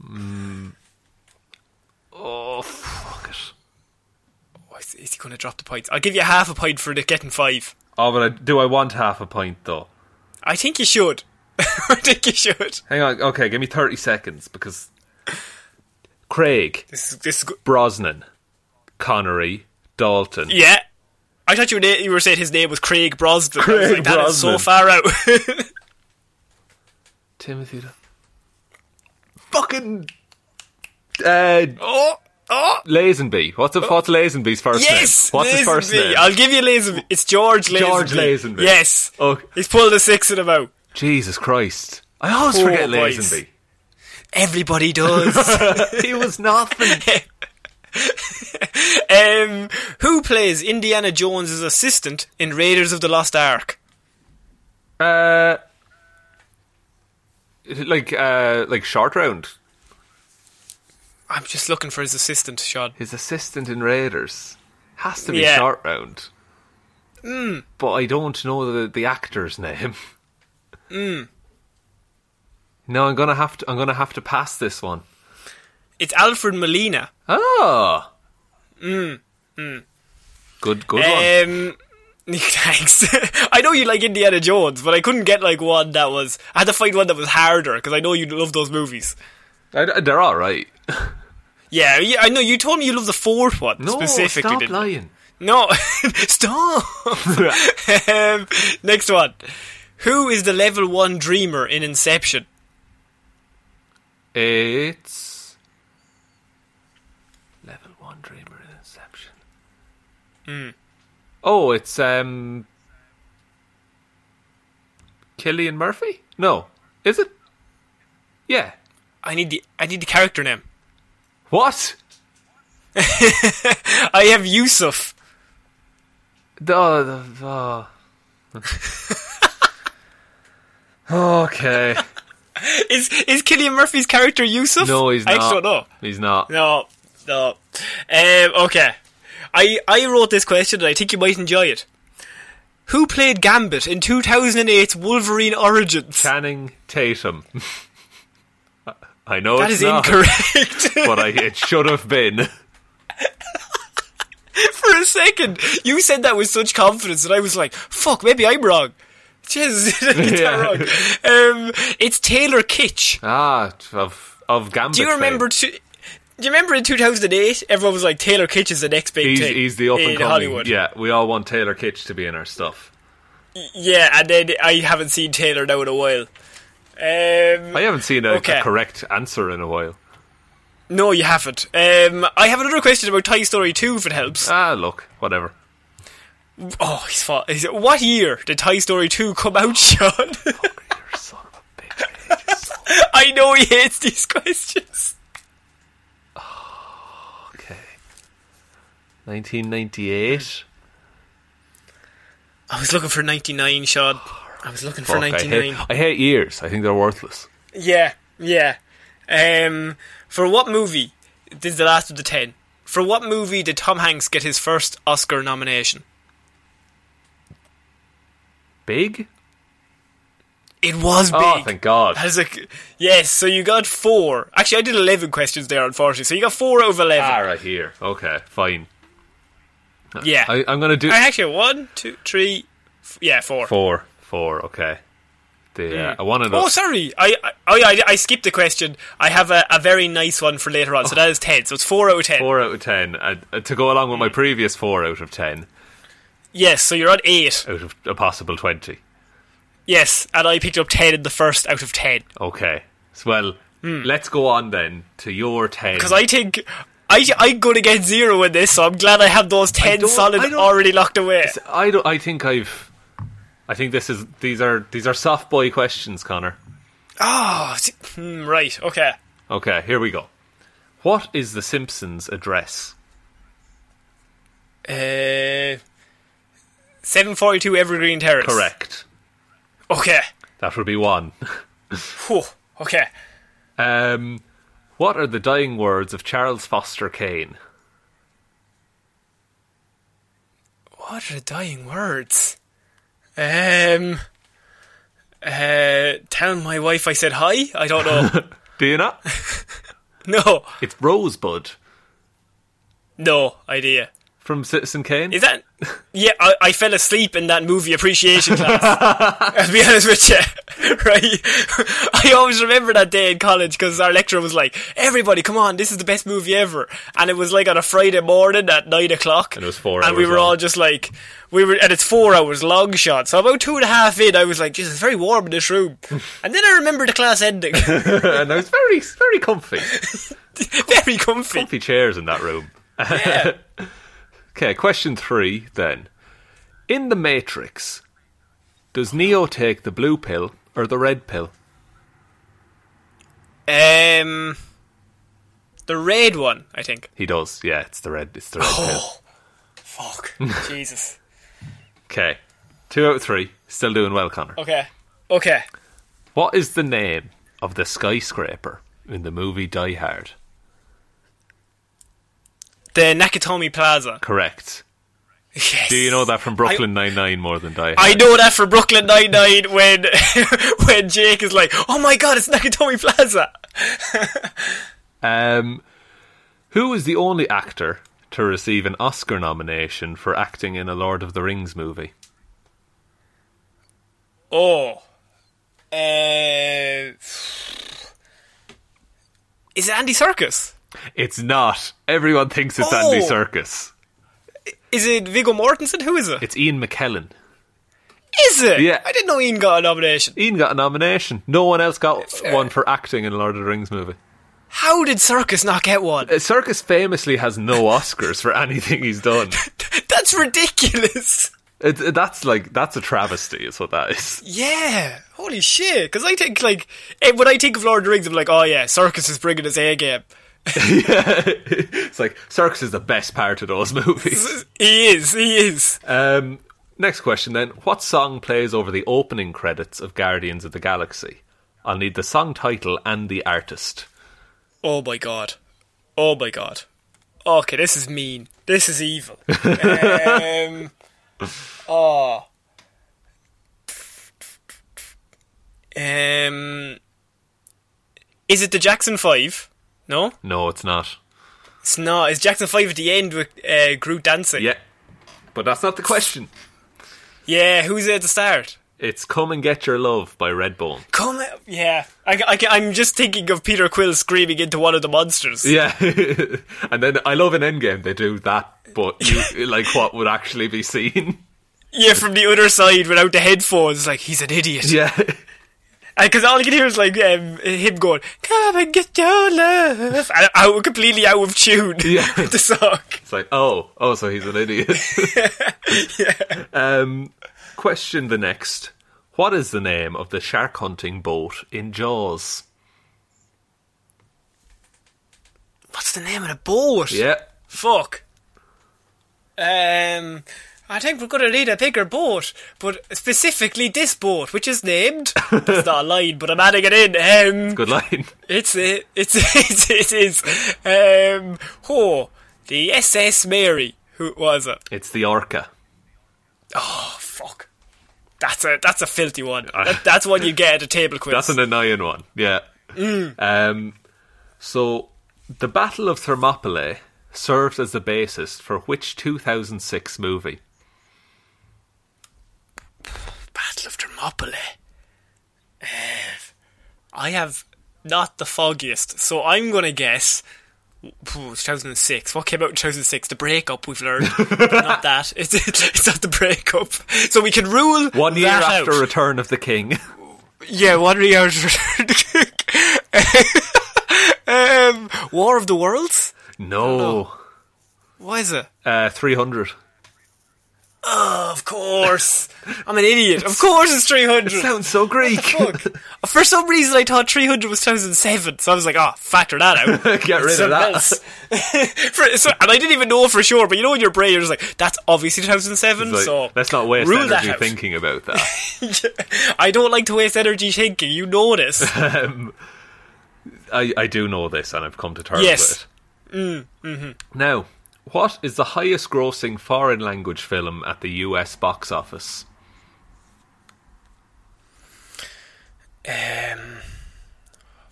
S2: mm. oh fuck it.
S1: oh, is, is he going to drop the points? I'll give you half a point for the getting five.
S2: Oh, but I, do I want half a pint though?
S1: I think you should. I think you should.
S2: Hang on. Okay, give me thirty seconds because Craig,
S1: This is this. Is, go-
S2: Brosnan, Connery, Dalton.
S1: Yeah. I thought you were, na- you were saying his name was Craig Brosnan. I was
S2: Craig
S1: like, that is so
S2: Brosnan.
S1: far out.
S2: Timothy. Dal- Fucking. Uh,
S1: oh, oh,
S2: Lazenby. What's a, what's Lazenby's first
S1: yes.
S2: name? What's his
S1: Lazenby.
S2: first name?
S1: I'll give you Lazenby. It's George Lazenby.
S2: George Lazenby.
S1: Yes.
S2: Oh.
S1: He's pulled a six in a out.
S2: Jesus Christ! I always
S1: Poor
S2: forget
S1: boys.
S2: Lazenby.
S1: Everybody does.
S2: he was nothing.
S1: um, who plays Indiana Jones' assistant in Raiders of the Lost Ark?
S2: Uh, like uh, like short round.
S1: I'm just looking for his assistant, Sean.
S2: His assistant in Raiders has to be
S1: Yeah. Hmm.
S2: short round. But I don't know the the actor's name.
S1: Hmm.
S2: No, I'm gonna have to. I'm gonna have to pass this one.
S1: It's Alfred Molina.
S2: Ah.
S1: Hmm.
S2: Good, good one.
S1: Um, thanks. I know you like Indiana Jones, but I couldn't get like one that was. I had to find one that was harder because I know you love those movies.
S2: I- I- they're all right.
S1: Yeah, yeah, I know. You told me you love the fourth one
S2: No,
S1: specifically.
S2: stop
S1: didn't you?
S2: lying.
S1: No, stop. um, next one. Who is the level one dreamer in Inception?
S2: It's level one dreamer in Inception.
S1: Hmm.
S2: Oh, it's um, Killian Murphy. No, is it? Yeah.
S1: I need the I need the character name.
S2: What?
S1: I have Yusuf.
S2: The, the, the- okay.
S1: Is is Killian Murphy's character Yusuf?
S2: No, he's
S1: I
S2: not.
S1: actually don't know.
S2: He's not.
S1: No, no. Um, okay. I, I wrote this question and I think you might enjoy it. Who played Gambit in 2008's Wolverine Origins?
S2: Channing Tatum. I know
S1: that is
S2: it's not,
S1: incorrect.
S2: but I, it should have been.
S1: for a second. You said that with such confidence, and I was like, "Fuck, maybe I'm wrong." Jesus, it's
S2: Yeah.
S1: not wrong. Um, it's Taylor Kitsch.
S2: Ah, of of Gambit.
S1: Do you
S2: fame.
S1: remember? To, do you remember in 2008? Everyone was like, "Taylor Kitsch is the next big
S2: He's,
S1: thing."
S2: he's the up
S1: in
S2: and coming.
S1: Hollywood.
S2: Yeah, we all want Taylor Kitsch to be in our stuff.
S1: Yeah, and then I haven't seen Taylor now in a while. Um,
S2: I haven't seen a,
S1: Okay.
S2: a correct answer in a while.
S1: no, you haven't. Um, I have another question about Toy Story 2, if it helps.
S2: Ah, look, whatever.
S1: oh, he's fa- he's- What year did Toy Story 2 come out, Sean?
S2: Your son of Oh, a bitch.
S1: I know he hates these questions.
S2: Okay. 1998.
S1: I was looking for 99, Sean. I was looking for
S2: Fuck, I
S1: 99.
S2: hate, I hate years. I think they're worthless.
S1: Yeah, yeah. Um, for what movie? This is the last of the ten. For what movie did Tom Hanks get his first Oscar nomination?
S2: Big?
S1: It was big.
S2: Oh, thank God.
S1: That is a c- yes. So you got four. Actually, I did eleven questions there, unfortunately. So you got four out of eleven.
S2: Ah, right here. Okay, fine.
S1: Yeah.
S2: I, I'm going to do
S1: I actually one, two, three, f- yeah, four.
S2: four. Four, okay. The, uh, I wanted
S1: Oh,
S2: to.
S1: sorry. I I, oh, yeah, I I skipped the question. I have a, a very nice one for later on. So that is ten. So it's four out of ten.
S2: Four out of ten. Uh, uh, to go along with my previous four out of ten,
S1: Yes. So you're on eight.
S2: out of a possible twenty.
S1: Yes. And I picked up ten in the first out of ten.
S2: Okay. So, well, let's go on then to your ten.
S1: Because I think I I'm gonna get zero in this, so I'm glad I have those ten
S2: don't-
S1: solid
S2: I don't-
S1: already locked away.
S2: I don't. I think I've. I think this is these are these are soft boy questions, Connor. ah,
S1: Oh, see- hmm, right. Okay.
S2: Okay, here we go. What is the Simpsons address?
S1: Uh, seven forty-two Evergreen Terrace.
S2: Correct.
S1: Okay.
S2: That would be one.
S1: Whew. Okay.
S2: Um, what are the dying words of Charles Foster Kane?
S1: What are the dying words? Um. Uh, tell my wife I said hi. I don't know.
S2: Do you not?
S1: no,
S2: it's Rosebud
S1: no idea.
S2: from Citizen Kane.
S1: Is that? Yeah, I, I fell asleep in that movie appreciation class. I'll be honest with you, right? I always remember that day in college because our lecturer was like, "Everybody, come on, this is the best movie ever," and it was like on a Friday morning at nine o'clock.
S2: And it was four
S1: And we
S2: hours
S1: were
S2: long.
S1: all just like, we were, and it's four hours long shot. So about two and a half in, I was like, "Jesus, it's very warm in this room," and then I remember the class ending.
S2: and there's very very comfy,
S1: very comfy.
S2: comfy chairs in that room. okay, question three then. In the Matrix, does Neo take the blue pill or the red pill?
S1: Um, the red one, I think.
S2: He does. Yeah, it's the red. It's the red pill.
S1: Oh. Fuck. Jesus.
S2: Okay, two out of three. Still doing well, Connor.
S1: Okay. Okay.
S2: What is the name of the skyscraper in the movie Die Hard?
S1: The Nakatomi Plaza.
S2: Correct.
S1: Yes.
S2: Do you know that from Brooklyn Nine Nine more than Die Hard?
S1: I know that for Brooklyn Nine Nine when when Jake is like, "Oh my God, it's Nakatomi Plaza."
S2: Um, who is the only actor to receive an Oscar nomination for acting in a Lord of the Rings movie?
S1: Oh. Uh, is it Andy Circus?
S2: It's not. Everyone thinks it's Andy
S1: Oh.
S2: Serkis.
S1: Is it Viggo Mortensen? Who is it?
S2: It's Ian McKellen.
S1: Is it?
S2: Yeah.
S1: I didn't know Ian got a nomination.
S2: Ian got a nomination. No one else got one for acting in a Lord of the Rings movie.
S1: How did Circus not get one?
S2: Uh, Serkis famously has no Oscars for anything he's done.
S1: That's ridiculous.
S2: It, it- that's like that's a travesty, is what that is.
S1: Yeah, holy shit! Because I think like eh, when I think of Lord of the Rings, I'm like, oh yeah, Circus is bringing his A game.
S2: It's like Serkis is the best part of those movies.
S1: He is, he is.
S2: Um, next question then. What song plays over the opening credits of Guardians of the Galaxy? I'll need the song title and the artist.
S1: Oh my god, oh my god. Okay, this is mean. This is evil. um, oh. Um, is it the Jackson Five? No,
S2: No, it's not.
S1: it's not. Is Jackson Five at the end with uh, Groot dancing?
S2: Yeah, but that's not the question.
S1: Yeah, who's there to start?
S2: It's Come and Get Your Love by Redbone.
S1: Come, yeah. I, am just thinking of Peter Quill screaming into one of the monsters.
S2: Yeah. and then I love in Endgame they do that, but you, like what would actually be seen.
S1: Yeah, from the other side without the headphones, like he's an idiot.
S2: Yeah.
S1: Because all I can hear is like um, him going, "Come and get your love," and out, completely out of tune.
S2: Yeah.
S1: with the song.
S2: It's like, oh, oh, so he's an idiot. Um, question the next. What is the name of the shark hunting boat in Jaws?
S1: What's the name of the boat?
S2: Yeah.
S1: Fuck. Um, I think we're gonna need a bigger boat, but specifically this boat, which is named. That's not a line, but I'm adding it in. Um,
S2: Good line.
S1: It's it. It's it's it is. Um, oh, the SS Mary. Who was it?
S2: It's the orca.
S1: Oh, Fuck. That's a that's a filthy one. That, that's one you get at a table quiz.
S2: Ah. That's an annoying one. Yeah.
S1: Mm.
S2: Um, so the Battle of Thermopylae served as the basis for which 2006 movie?
S1: Battle of Thermopylae. Eh, I have not the foggiest, so I'm gonna guess. Ooh, 2006. What came out in 2006? The breakup. We've learned. But not that. It's it's not the breakup. So we can rule
S2: One year
S1: that
S2: after
S1: out.
S2: Return of the King.
S1: Yeah, one year after. um, War of the Worlds. Oh,
S2: no.
S1: What is it?
S2: Uh, 300.
S1: Of course. I'm an idiot. Of course it's 300.
S2: Sounds so Greek.
S1: Fuck. For some reason, I thought 300 was 1007, so I was like, oh, factor that out.
S2: Get rid of
S1: Something
S2: that.
S1: else. For- so- and I didn't even know for sure, but you know, in your brain, you're just like, that's obviously 2007,
S2: Like,
S1: so.
S2: let's not waste
S1: rule that
S2: energy
S1: out.
S2: thinking about that.
S1: I don't like to waste energy thinking, you know this.
S2: I, I do know this, and I've come to terms
S1: Yes. Mm, mm-hmm.
S2: with it. Now, what is the highest grossing foreign language film at the US box office?
S1: um,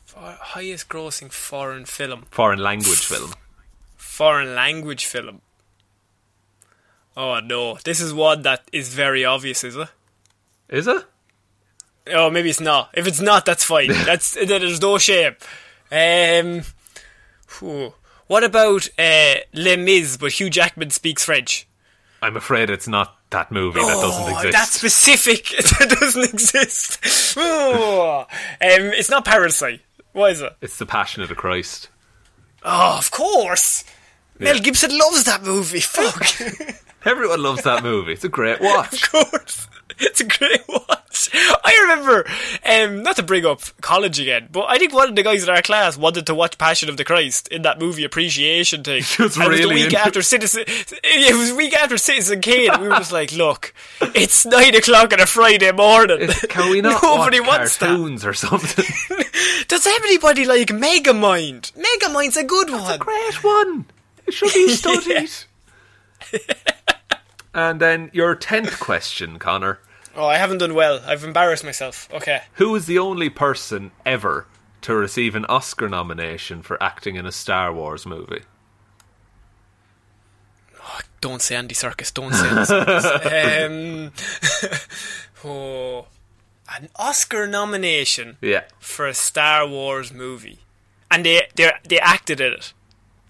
S1: for- highest grossing foreign film.
S2: Foreign language film.
S1: foreign language film. Oh no, this is one that is very obvious, is it?
S2: Is it?
S1: Oh, maybe it's not. If it's not, that's fine. That's then there's no shame. Um, phew. what about uh, Les Mis? But Hugh Jackman speaks French.
S2: I'm afraid it's not that movie that doesn't
S1: Oh,
S2: exist.
S1: that specific that doesn't exist. Oh. um, it's not Parasite. What is it?
S2: It's The Passion of the Christ.
S1: Oh, of course. Mel Gibson loves that movie. Fuck.
S2: Everyone loves that movie. It's a great watch.
S1: Of course. It's a great watch. I remember, um, not to bring up college again, but I think one of the guys in our class wanted to watch Passion of the Christ in that movie appreciation thing.
S2: was
S1: And it was the
S2: really
S1: week
S2: into-
S1: after Citizen. It was week after Citizen Kane. and We were just like, look, it's nine o'clock on a Friday morning.
S2: Can we not
S1: Nobody
S2: watch
S1: wants
S2: cartoons or something?
S1: that. Does anybody like Megamind? Megamind's a good one.
S2: great one. It should be studied. and then your tenth question, Connor.
S1: oh, I haven't done well. I've embarrassed myself. Okay.
S2: Who is the only person ever to receive an Oscar nomination for acting in a Star Wars movie?
S1: Don't say Andy Circus. Don't say Andy Circus. um, oh, an Oscar nomination
S2: Yeah.
S1: for a Star Wars movie, and they they they acted in it.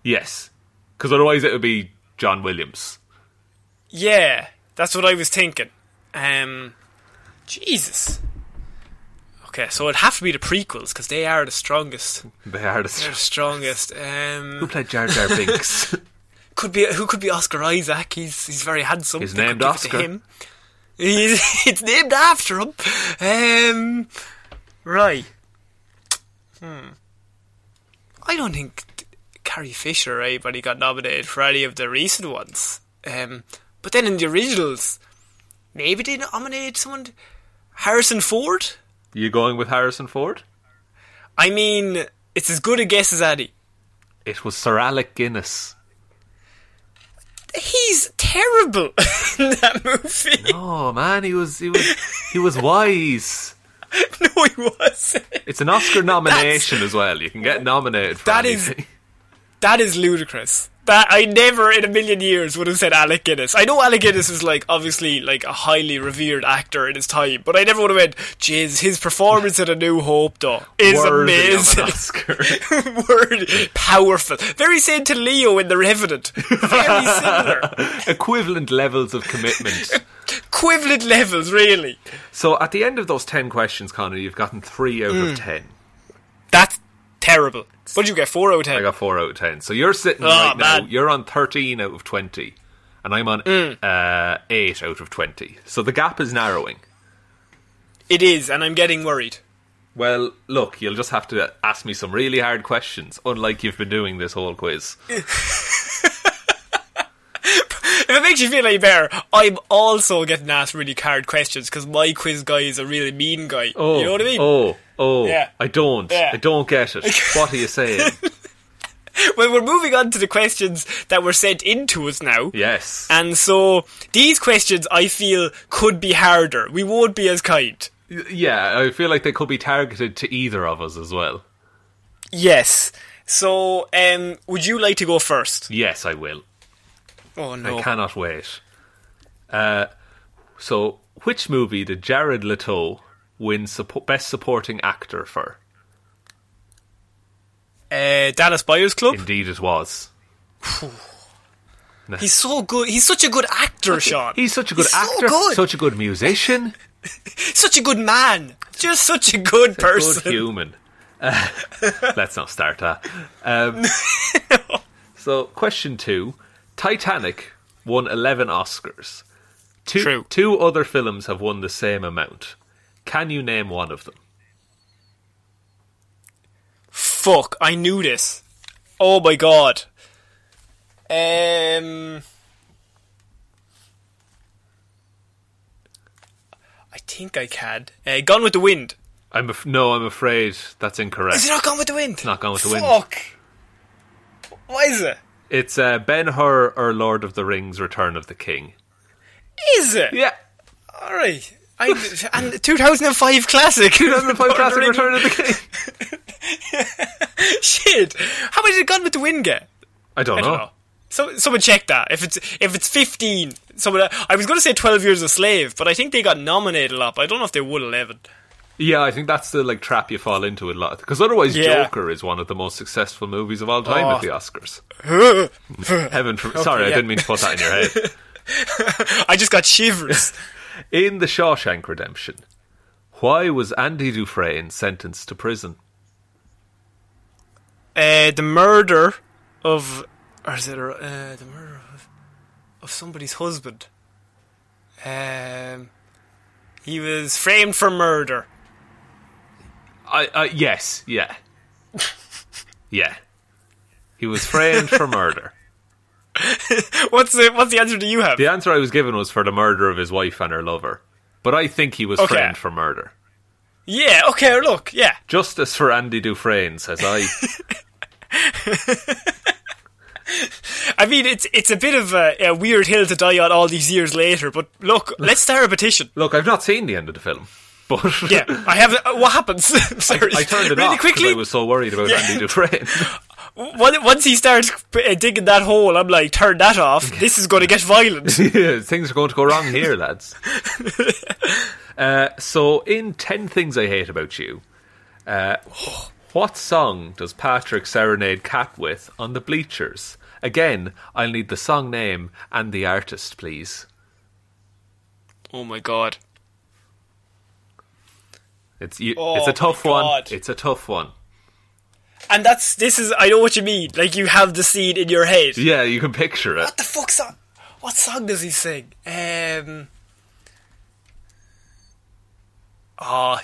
S2: Yes. Because otherwise it would be John Williams.
S1: Yeah, that's what I was thinking. Um, Jesus. Okay, so it'd have to be the prequels because they are the strongest.
S2: They
S1: They're
S2: are the
S1: the
S2: stars.
S1: strongest.
S2: Who
S1: Um,
S2: played Jar Jar Binks?
S1: could be who could be Oscar Isaac? He's he's very handsome.
S2: He's
S1: They could
S2: named
S1: give it to
S2: Oscar.
S1: him. He's, it's named after him. Um, right. Hmm. I don't think Carrie Fisher or anybody got nominated for any of the recent ones. Um, but then in the originals, maybe they nominated someone. Harrison Ford.
S2: you going with Harrison Ford?
S1: I mean, it's as good a guess as any.
S2: It was Sir Alec Guinness.
S1: He's terrible in that movie.
S2: Oh man, he was he was he was wise.
S1: No, he was.
S2: It's an Oscar nomination as well. You can get nominated for
S1: That is-
S2: anything.
S1: That is ludicrous. That I never in a million years would have said Alec Guinness. I know Alec Guinness is like obviously like a highly revered actor in his time, but I never would have went, jeez, his performance in A New Hope though is
S2: Worthy of an
S1: amazing.
S2: Oscar.
S1: Word powerful. Very same to Leo in The Revenant. Very similar.
S2: Equivalent levels of commitment.
S1: Equivalent levels, really.
S2: So at the end of those 10 questions, Connor, you've gotten 3 out
S1: Mm.
S2: of 10.
S1: That's terrible. What did you get? Four out of ten.
S2: I got 4 out of 10. So you're sitting
S1: Oh,
S2: right now,
S1: man. Mm.
S2: you're on 13 out of 20. And I'm on uh, 8 out of 20. So the gap is narrowing.
S1: It is, and I'm getting worried.
S2: Well, look, you'll just have to ask me some really hard questions, unlike you've been doing this whole quiz.
S1: If it makes you feel any better, I'm also getting asked really hard questions because my quiz guy is a really mean guy.
S2: Oh,
S1: you know what I mean?
S2: Oh, oh,
S1: Yeah.
S2: I don't.
S1: Yeah.
S2: I don't get it. what are you saying?
S1: Well, we're moving on to the questions that were sent into us now.
S2: Yes.
S1: And so these questions I feel could be harder. We won't be as kind.
S2: yeah, I feel like they could be targeted to either of us as well.
S1: Yes. So, um, would you like to go first?
S2: Yes, I will.
S1: Oh no.
S2: I cannot wait. Uh, so, which movie did Jared Leto win suppo- Best Supporting Actor for?
S1: Uh, Dallas Buyers Club.
S2: Indeed, it was.
S1: He's so good. He's such a good actor, Sean.
S2: He's such a good
S1: He's so
S2: actor,
S1: good.
S2: such a good musician,
S1: such a good man. Just such a good person.
S2: good human. Uh, let's not start that. Um, So, question two: Titanic won eleven Oscars. Two,
S1: True.
S2: Two other films have won the same amount. Can you name one of them?
S1: Fuck! I knew this. Oh my god. Um. I think I can. Uh, Gone with the Wind.
S2: I'm af- no, I'm afraid that's incorrect.
S1: Is it not Gone with the Wind? It's
S2: not Gone with the Wind.
S1: Fuck. Why is it?
S2: It's uh, Ben Hur or Lord of the Rings: Return of the King.
S1: Is it?
S2: Yeah,
S1: All right. I, and 2005 classic.
S2: 2005 classic Return of the King.
S1: Shit. How much did Gone with the Wind get?
S2: I don't, know.
S1: Oh. So, someone check that. If it's if it's fifteen, someone I was going to say twelve years a slave, but I think they got nominated a lot. But I don't know if they would eleven.
S2: Yeah, I think that's the like trap you fall into a lot because otherwise,
S1: Yeah. Oh.
S2: Joker is one of the most successful movies of all time at the Oscars. Heaven, for- sorry, I
S1: yeah.
S2: didn't mean to put that in your head.
S1: I just got shivers.
S2: In The Shawshank Redemption, why was Andy Dufresne sentenced to prison?
S1: uh, the murder of, or is it uh, the murder of, of somebody's husband? Um, he was framed for murder.
S2: I, I yes, yeah, yeah. He was framed for murder.
S1: What's the what's the answer do you have?
S2: The answer I was given was for the murder of his wife and her lover, but I think he was
S1: Okay.
S2: framed for murder.
S1: Yeah. Okay. Look. Yeah.
S2: Justice for Andy Dufresne, says I.
S1: I mean, it's it's a bit of a, a weird hill to die on all these years later. But look, let's start a petition.
S2: Look, I've not seen the end of the film, but
S1: Yeah, I have. Uh, what happens? Sorry,
S2: I turned it
S1: really
S2: off because
S1: quickly.
S2: I was so worried about Andy Dufresne.
S1: on- Once he starts uh, digging that hole, I'm like, turn that off. This is going to get violent.
S2: Yeah, things are going to go wrong here, lads. uh, so, in 10 Things I Hate About You, uh, what song does Patrick serenade Cat with on the bleachers? Again, I'll need the song name and the artist, please.
S1: oh my god.
S2: It's you,
S1: Oh
S2: it's a
S1: my
S2: tough one.
S1: God.
S2: It's a tough one.
S1: And that's this is. I know what you mean. Like you have the seed in your head.
S2: Yeah, you can picture it.
S1: What the fuck song? What song does he sing? Um. Oh.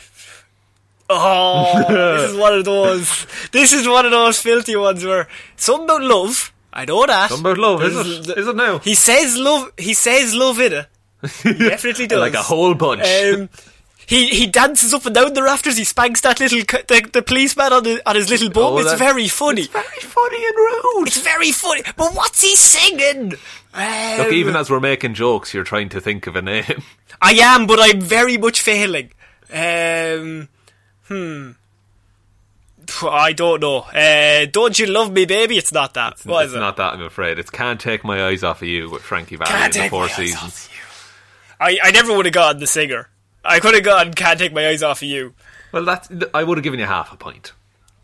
S1: Oh, this is one of those. This is one of those filthy ones where something about love. I know that.
S2: Something about love,
S1: There's-
S2: is it? Is it now?
S1: He says love. He says love in it. He definitely does.
S2: Like a whole bunch.
S1: Um, he he dances up and down the rafters. He spanks that little c- the, the policeman on the on his little boat.
S2: Oh,
S1: it's
S2: that-
S1: very funny.
S2: It's very funny and rude.
S1: It's very funny. But what's he singing? Um,
S2: Look, even as we're making jokes, you're trying to think of a name.
S1: I am, but I'm very much failing. Um, hmm. Phew, I don't know. Uh, don't you love me, baby? It's not that. What is
S2: it's
S1: it?
S2: not that, I'm afraid. It's Can't Take My Eyes Off of You with Frankie Valli
S1: Can't
S2: in the
S1: take
S2: Four
S1: my eyes off
S2: Seasons.
S1: I, I never would have gotten the singer. I could have gotten Can't Take My Eyes Off of You.
S2: Well, that's, I would have given you half a point,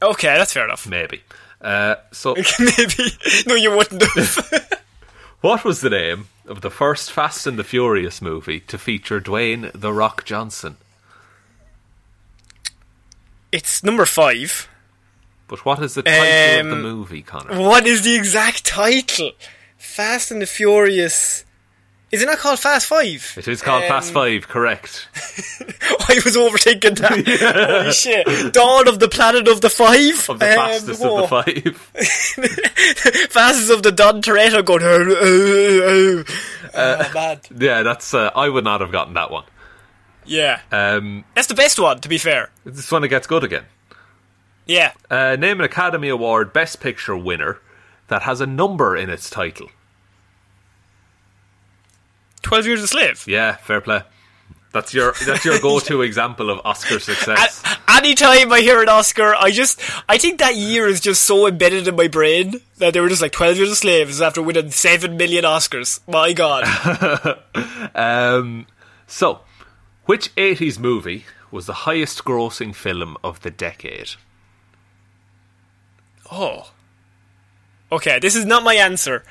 S1: Okay, that's fair enough.
S2: maybe. Uh, so,
S1: Maybe. No, you wouldn't have.
S2: what was the name of the first Fast and the Furious movie to feature Dwayne The Rock Johnson?
S1: it's number five.
S2: But what is the title of
S1: Um,
S2: the movie, Connor?
S1: What is the exact title? Fast and the Furious. Is it not called Fast Five?
S2: It is called
S1: um,
S2: Fast Five, correct.
S1: I was overthinking that. Holy shit. Dawn of the Planet of the Five?
S2: Of the
S1: Um,
S2: fastest
S1: whoa.
S2: of the five.
S1: Fastest of the Don Toretto going. Oh, oh, oh. Oh, man.
S2: Yeah, that's. Uh, I would not have gotten that one.
S1: Yeah.
S2: Um,
S1: That's the best one, to be fair.
S2: this is when it gets good again.
S1: Yeah.
S2: Uh, name an Academy Award Best Picture winner that has a number in its title.
S1: 12 Years a Slave.
S2: Yeah, fair play. That's your that's your go-to example of Oscar success.
S1: A- anytime I hear an Oscar, I just I think that year is just so embedded in my brain that they were just like twelve years a slave is after winning seven million Oscars. My God,
S2: Um, so, which '80s movie was the highest-grossing film of the decade?
S1: oh, okay, this is not my answer.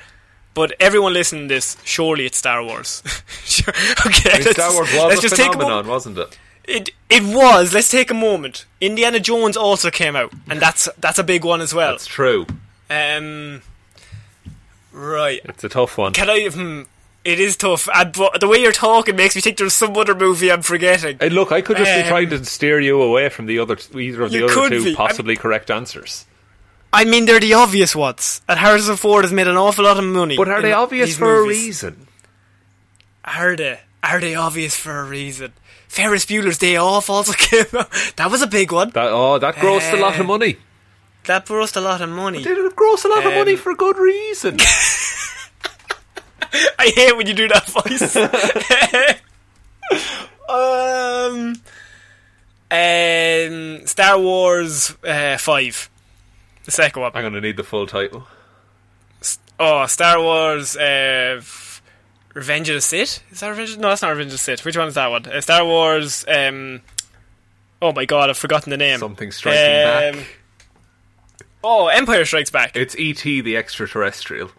S1: But everyone listening to this, surely it's Star Wars. Sure, okay, let's,
S2: Star Wars was
S1: let's
S2: a
S1: just take a
S2: phenomenon,
S1: moment.
S2: wasn't it?
S1: It it was. Let's take a moment. Indiana Jones also came out, and that's that's a big one as well.
S2: That's true.
S1: Um, right.
S2: It's a tough one.
S1: Can I? Hmm, it is tough. And, but the way you're talking makes me think there's some other movie I'm forgetting.
S2: Hey, look, I could just be
S1: Um,
S2: trying to steer you away from the other either of the
S1: You
S2: other
S1: could
S2: two
S1: be. I
S2: possibly correct answers.
S1: I mean, they're the obvious ones. And Harrison Ford has made an awful lot of money.
S2: But are
S1: in
S2: they obvious
S1: these
S2: for
S1: movies.
S2: a reason?
S1: Are they? Are they obvious for a reason? Ferris Bueller's Day Off also came out. That was a big one. That,
S2: That oh, that grossed a
S1: Uh,
S2: lot of money.
S1: grossed a lot of money.
S2: Did it gross a lot of
S1: um,
S2: money for good reason?
S1: I hate when you do that voice. um, um, Star Wars uh, 5. The second one.
S2: I'm going to need the full title.
S1: Oh, Star Wars uh, f- Revenge of the Sith? Is that Revenge of No, that's not Revenge of the Sith. Which one is that one? Uh, Star Wars. Um, oh my god, I've forgotten the name.
S2: Something striking
S1: Um,
S2: back.
S1: Oh, Empire Strikes Back.
S2: It's E.T. the extraterrestrial.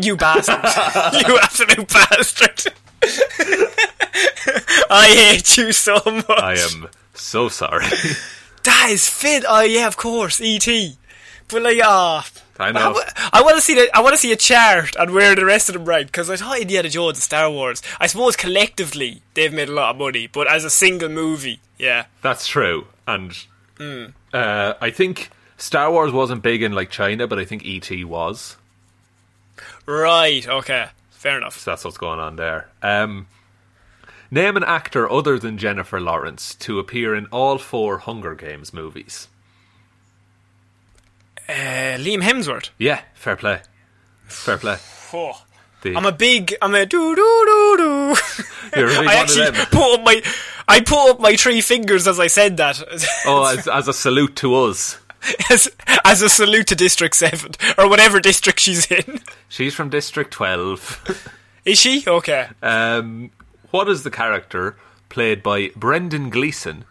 S1: You bastard. you absolute bastard. I hate you so much.
S2: I am so sorry.
S1: That is fit. Oh yeah, of course, E.T. But like, ah,
S2: I know.
S1: I want to see the, I want to see a chart on where the rest of them rank because I thought Indiana Jones and Star Wars. I suppose collectively they've made a lot of money, but as a single movie, yeah,
S2: That's true. And
S1: Mm.
S2: uh, I think Star Wars wasn't big in like China, but I think E.T. was.
S1: right, okay, fair enough.
S2: So that's what's going on there. Um, name an actor other than Jennifer Lawrence to appear in all four Hunger Games movies.
S1: Uh, Liam Hemsworth.
S2: Yeah, fair play. Fair play.
S1: Oh.
S2: The-
S1: I'm a big, I'm a doo doo doo doo.
S2: You're really
S1: I
S2: one of
S1: actually
S2: them.
S1: put up my, I put up my three fingers as I said that,
S2: Oh, as, as a salute to us.
S1: as, as a salute to District Seven or whatever district she's in.
S2: She's from District 12.
S1: Is she okay?
S2: Um, what is the character played by Brendan Gleeson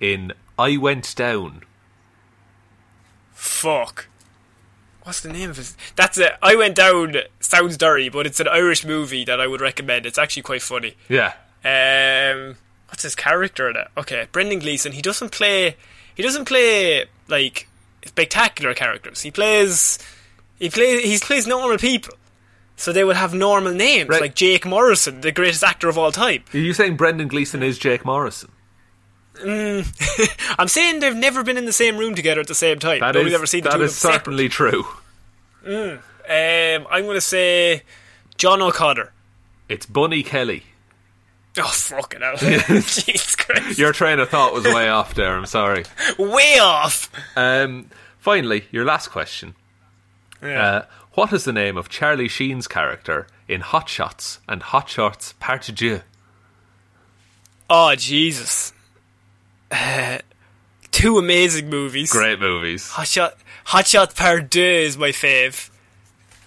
S2: in I Went Down?
S1: Fuck. What's the name of it? That's it. I went down. Sounds dirty, but it's an Irish movie that I would recommend. It's actually quite funny.
S2: Yeah.
S1: Um, what's his character in it? Okay, Brendan Gleeson. He doesn't play. He doesn't play like spectacular characters. He plays. He plays. He plays normal people. So they would have normal names
S2: Right.
S1: like Jake Morrison, the greatest actor of all time.
S2: Are you saying Brendan Gleeson is Jake Morrison?
S1: I'm saying they've never been in the same room together at the same time.
S2: That is
S1: Nobody's ever seen the
S2: that
S1: two of
S2: is
S1: them separate.
S2: certainly true.
S1: Um, I'm going to say John O'Connor.
S2: It's Bunny Kelly.
S1: Oh, fucking hell. Jesus Christ.
S2: Your train of thought was way off there, I'm sorry.
S1: way off.
S2: Um, finally, your last question. Uh, what is the name of Charlie Sheen's character in Hot Shots and Hot Shots Part 2?
S1: Oh, Jesus. Uh, two amazing movies.
S2: Great movies.
S1: Hot Shot, Hot Shot Part Deux is my fave.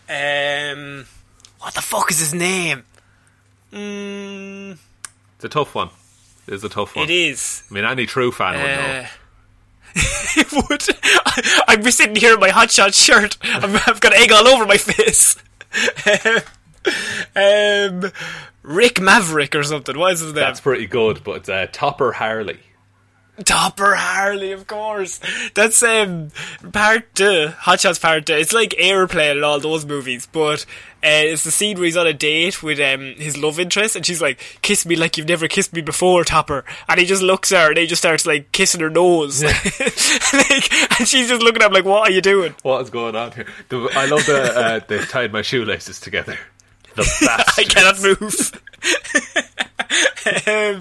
S1: Um, what the fuck is his name? Mm,
S2: It's a tough one. It is a tough one.
S1: it is.
S2: I mean, any true fan would
S1: Uh,
S2: know.
S1: it would. I, I'm just sitting here in my hotshot shirt. I've, I've got egg all over my face. um, Rick Maverick or something. What is his name?
S2: That's pretty good, but it's uh, Topper Harley.
S1: Topper Harley, of course. That's um part two, Hot Shots part two. It's like Airplane and all those movies, but uh, it's the scene where he's on a date with um his love interest, and she's like, "Kiss me like you've never kissed me before, Topper," and he just looks at her, and he just starts like kissing her nose, like, and she's just looking at him like, "What are you doing?"
S2: What is going on here? The, I love that uh, they've tied my shoelaces together. The
S1: I
S2: bastard.
S1: cannot move.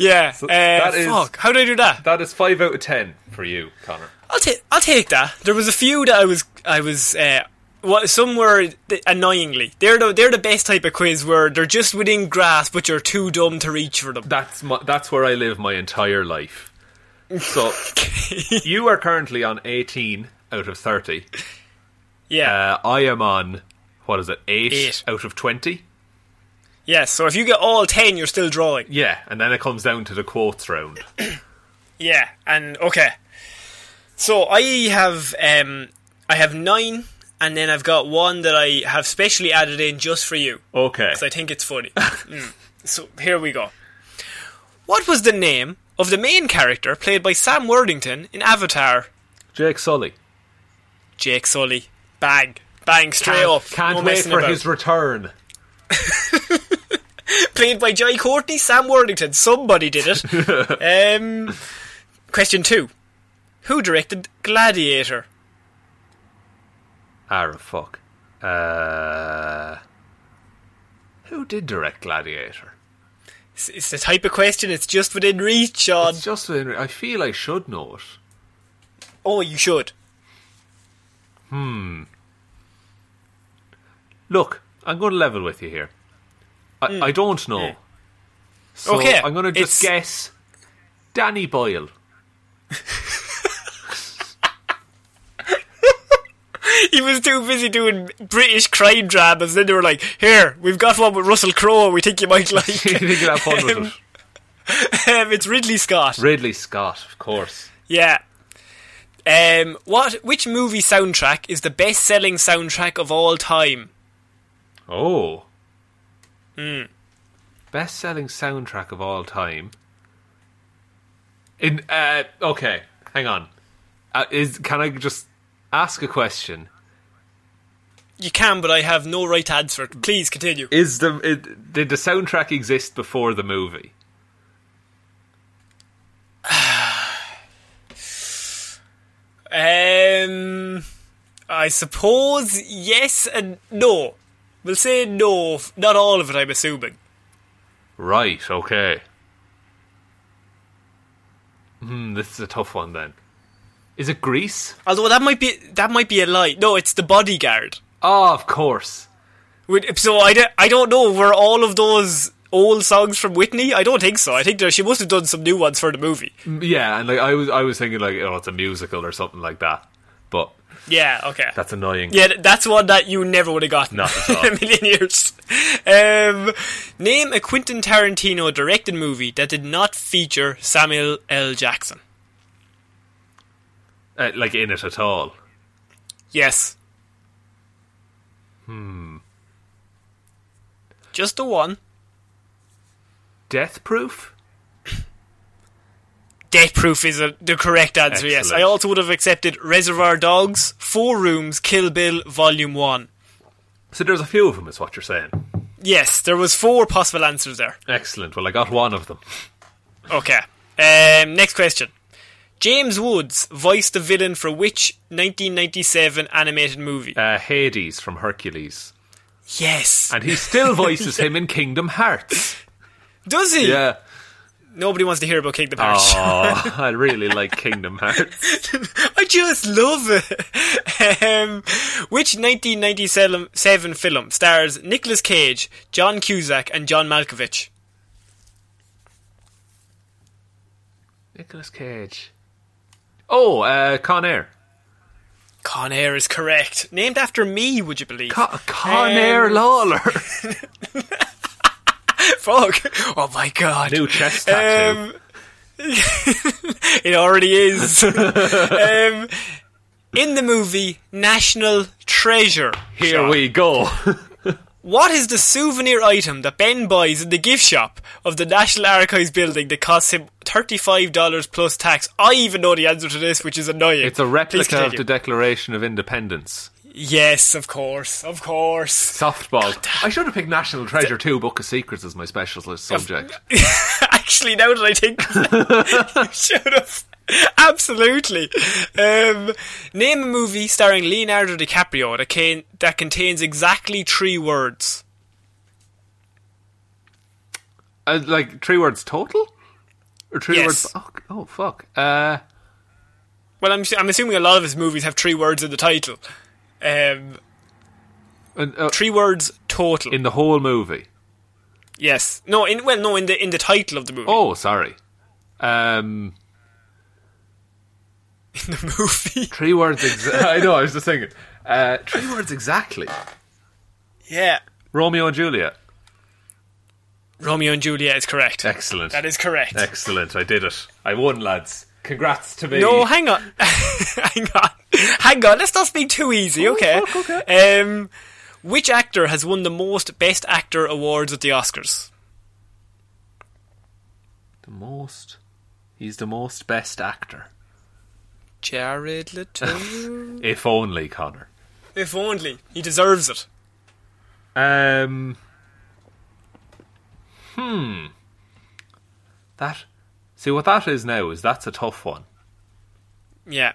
S1: um, yeah, uh,
S2: that is-
S1: fuck. How do I do that?
S2: That is five out of ten for you, Connor.
S1: I'll take I'll take that. There was a few that I was I was uh, what some were th- annoyingly they're the they're the best type of quiz where they're just within grasp but you're too dumb to reach for them.
S2: That's my, that's where I live my entire life. So you are currently on eighteen out of thirty.
S1: Yeah,
S2: Uh, I am on what is it? Eight,
S1: Eight.
S2: out of twenty.
S1: yeah. So if you get all ten, you're still drawing.
S2: Yeah, and then it comes down to the quotes round.
S1: Yeah, and okay. So I have um I have nine, and then I've got one that I have specially added in just for you.
S2: Okay.
S1: because I think it's funny. Mm. So here we go. What was the name of the main character played by Sam Worthington in Avatar?
S2: Jake Sully.
S1: Jake Sully. Bang. Bang straight
S2: Can't,
S1: up.
S2: can't
S1: No
S2: wait
S1: messing
S2: for
S1: about.
S2: his return.
S1: played by Jai Courtney, Sam Worthington. Somebody did it. um, question two. Who directed Gladiator?
S2: Ah, fuck. Uh, who did direct Gladiator?
S1: It's, it's the type of question, it's just within reach, Sean.
S2: It's just within. re- I feel I should know it.
S1: Oh, you should.
S2: Look, I'm going to level with you here. I, I don't know. So
S1: Hmm. Okay,
S2: I'm going to
S1: it's-
S2: just guess Danny Boyle.
S1: He was too busy doing British crime dramas, then they were like, here, we've got one with Russell Crowe we think you might like.
S2: you think you'll have fun with it?
S1: Um, it's Ridley Scott.
S2: Ridley Scott, of course.
S1: Yeah. Um, what? Which movie soundtrack is the best-selling soundtrack of all time?
S2: Oh. Hmm. Best selling soundtrack of all time. In uh okay, hang on. Uh, is can I just ask a question?
S1: You can, but I have no right to answer it. Please continue.
S2: Is the it, did the soundtrack exist before the movie?
S1: Um, I suppose yes and no. We'll say no. f- Not all of it, I'm assuming.
S2: Right, okay. Hmm, this is a tough one then. Is it Greece?
S1: Although that might be that might be a lie. No, it's the bodyguard.
S2: Ah, of course.
S1: Would- So I, don't- I don't know. Were all of those old songs from Whitney? I don't think so. I think there, she must have done some new ones for the movie.
S2: Yeah, and like I was I was thinking like oh it's a musical or something like that. But
S1: Yeah. Okay.
S2: that's annoying.
S1: Yeah, th- that's one that you never would have gotten.
S2: Not at all.
S1: a million years. Um, name a Quentin Tarantino directed movie that did not feature Samuel L. Jackson.
S2: uh, like in it at all.
S1: Yes. Hmm. Just the one.
S2: Death Proof?
S1: Death Proof is a, the correct answer, yes.
S2: Excellent.
S1: I also would have accepted Reservoir Dogs, Four Rooms, Kill Bill, Volume 1.
S2: So there's a few of them, is what you're saying.
S1: Yes, there was four possible answers there.
S2: Excellent. Well, I got one of them.
S1: Okay. Um, next question. James Woods voiced the villain for which 1997 animated movie?
S2: Uh, Hades from Hercules,
S1: yes.
S2: and he still voices him in Kingdom Hearts.
S1: Does he?
S2: Yeah.
S1: Nobody wants to hear about Kingdom Hearts.
S2: Oh, I really like Kingdom Hearts.
S1: I just love it. um, which 1997 seven film stars Nicolas Cage, John Cusack, and John Malkovich?
S2: Nicolas Cage. Oh, uh, Con Air.
S1: Con Air is correct. Named after me, would you believe?
S2: Con, Con Air Lawler.
S1: Fuck. Oh my god.
S2: New chest tattoo.
S1: It already is. um, in the movie National Treasure,
S2: Here we go.
S1: what is the souvenir item that Ben buys in the gift shop of the National Archives building that costs him $35 plus tax? I even know the answer to this, which is annoying.
S2: It's a
S1: Please
S2: replica
S1: take
S2: of the
S1: it.
S2: Declaration of Independence.
S1: Yes, of course. Of course.
S2: Softball. I should have picked National Treasure 2 Book of Secrets as my specialist subject.
S1: Actually, now that I think, you should have. Absolutely. Um, name a movie starring Leonardo DiCaprio that, can, that contains exactly three words.
S2: Uh, like, three words total? Or three
S1: Yes.
S2: words. Oh, oh, fuck. Uh,
S1: Well, I'm, I'm assuming a lot of his movies have three words in the title. Um,
S2: and, uh,
S1: three words total.
S2: in the whole movie.
S1: yes. No. In well, no. In the in the title of the movie.
S2: Oh, sorry. Um,
S1: In the movie.
S2: three words exactly. I know, I was just thinking. Uh, three words exactly. Oh.
S1: yeah.
S2: Romeo and Juliet.
S1: Romeo and Juliet is correct.
S2: Excellent.
S1: That is correct.
S2: Excellent. I did it. I won, lads. Congrats to me.
S1: No, hang on, hang on, hang on. Let's not speak too easy, okay?
S2: fuck,
S1: Um, which actor has won the most Best Actor awards at the Oscars?
S2: The most. He's the most best actor.
S1: Jared Leto.
S2: If only, Connor.
S1: if only he deserves it.
S2: Um. Hmm. That. See what that is now is that's a tough one.
S1: Yeah.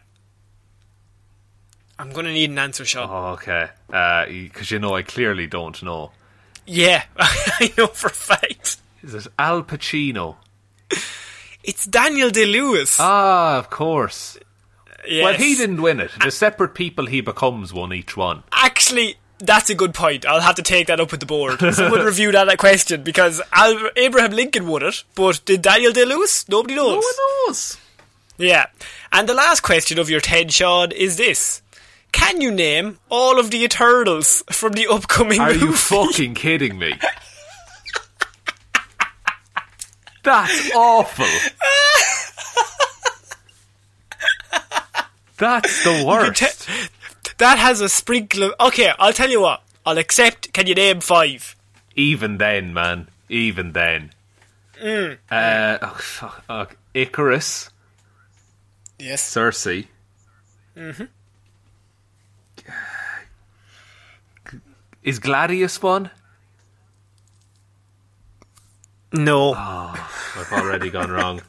S1: I'm gonna need an answer shot.
S2: Oh, okay. Uh, because you know I clearly don't know.
S1: Yeah, I know for a fact.
S2: Is it Al Pacino?
S1: It's Daniel Day Lewis.
S2: Ah, of course.
S1: yes.
S2: Well, he didn't win it. The separate people he becomes won each one.
S1: Actually, that's a good point. I'll have to take that up with the board. Someone review that, that question because Al- Abraham Lincoln won it, but did Daniel Day Lewis? Nobody knows.
S2: knows.
S1: Yeah. And the last question of your TED, Sean, is this. Can you name all of the Eternals from the upcoming
S2: Are
S1: movie?
S2: you fucking kidding me? That's awful. That's the worst.
S1: that has a sprinkle of... Okay, I'll tell you what. I'll accept... Can you name five?
S2: Even then, man. Even then. Uh, oh, fuck, oh, Icarus,
S1: Yes.
S2: Circe. Mm-hmm. Is Gladius one?
S1: No.
S2: I've already gone wrong.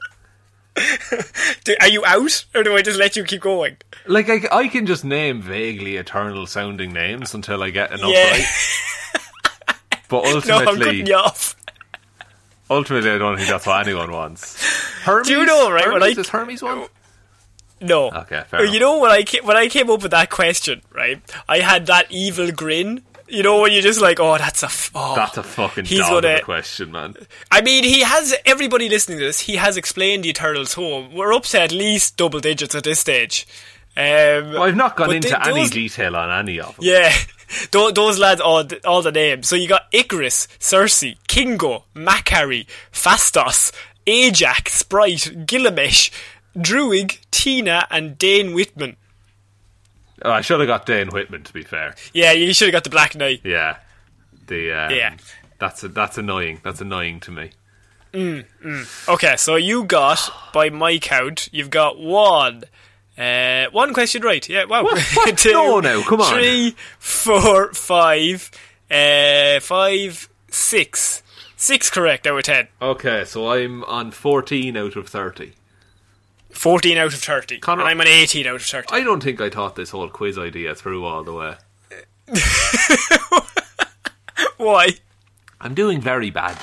S1: Do- are you out? Or do I just let you keep going?
S2: Like I, I can just name vaguely eternal sounding names until I get enough
S1: Yeah.
S2: right. But
S1: No, I'm
S2: ultimately,
S1: cutting you off.
S2: ultimately, I don't think that's what anyone wants. Hermes,
S1: you know, right, when
S2: Hermes
S1: I- Oh.
S2: is Hermes one.
S1: No.
S2: Okay, fair
S1: You
S2: enough.
S1: know when I ca- when I came up with that question, right? I had that evil grin. You know when you're just like, oh, that's a f- oh.
S2: That's a fucking
S1: He's
S2: dog of
S1: gonna-
S2: a question, man.
S1: I mean, he has everybody listening to this. He has explained the Eternals home. We're up to at least double digits at this stage. Um,
S2: Well, I've not gone
S1: but
S2: into
S1: th-
S2: any
S1: those-
S2: detail on any of them.
S1: Yeah. Tho- Those lads, all the, all the names. So you got Icarus, Circe, Kingo, Macari, Fastos, Ajax, Sprite, Gilgamesh, Druig, Tina, and Dane Whitman.
S2: Oh, I should have got Dane Whitman. To be fair,
S1: Yeah, you should have got the Black Knight.
S2: yeah, the um,
S1: Yeah.
S2: That's that's annoying. That's annoying to me.
S1: Okay, so you got by my count, you've got one, uh, one question right. Yeah, wow.
S2: What- what?
S1: Two,
S2: No, no, come on.
S1: Three, four, five, uh, five, six, six correct out of ten.
S2: Okay, so I'm on fourteen out of thirty.
S1: Fourteen out of thirty.
S2: Connor-
S1: and I'm an eighteen out of thirty.
S2: I don't think I thought this whole quiz idea through all the way.
S1: Why?
S2: I'm doing very badly.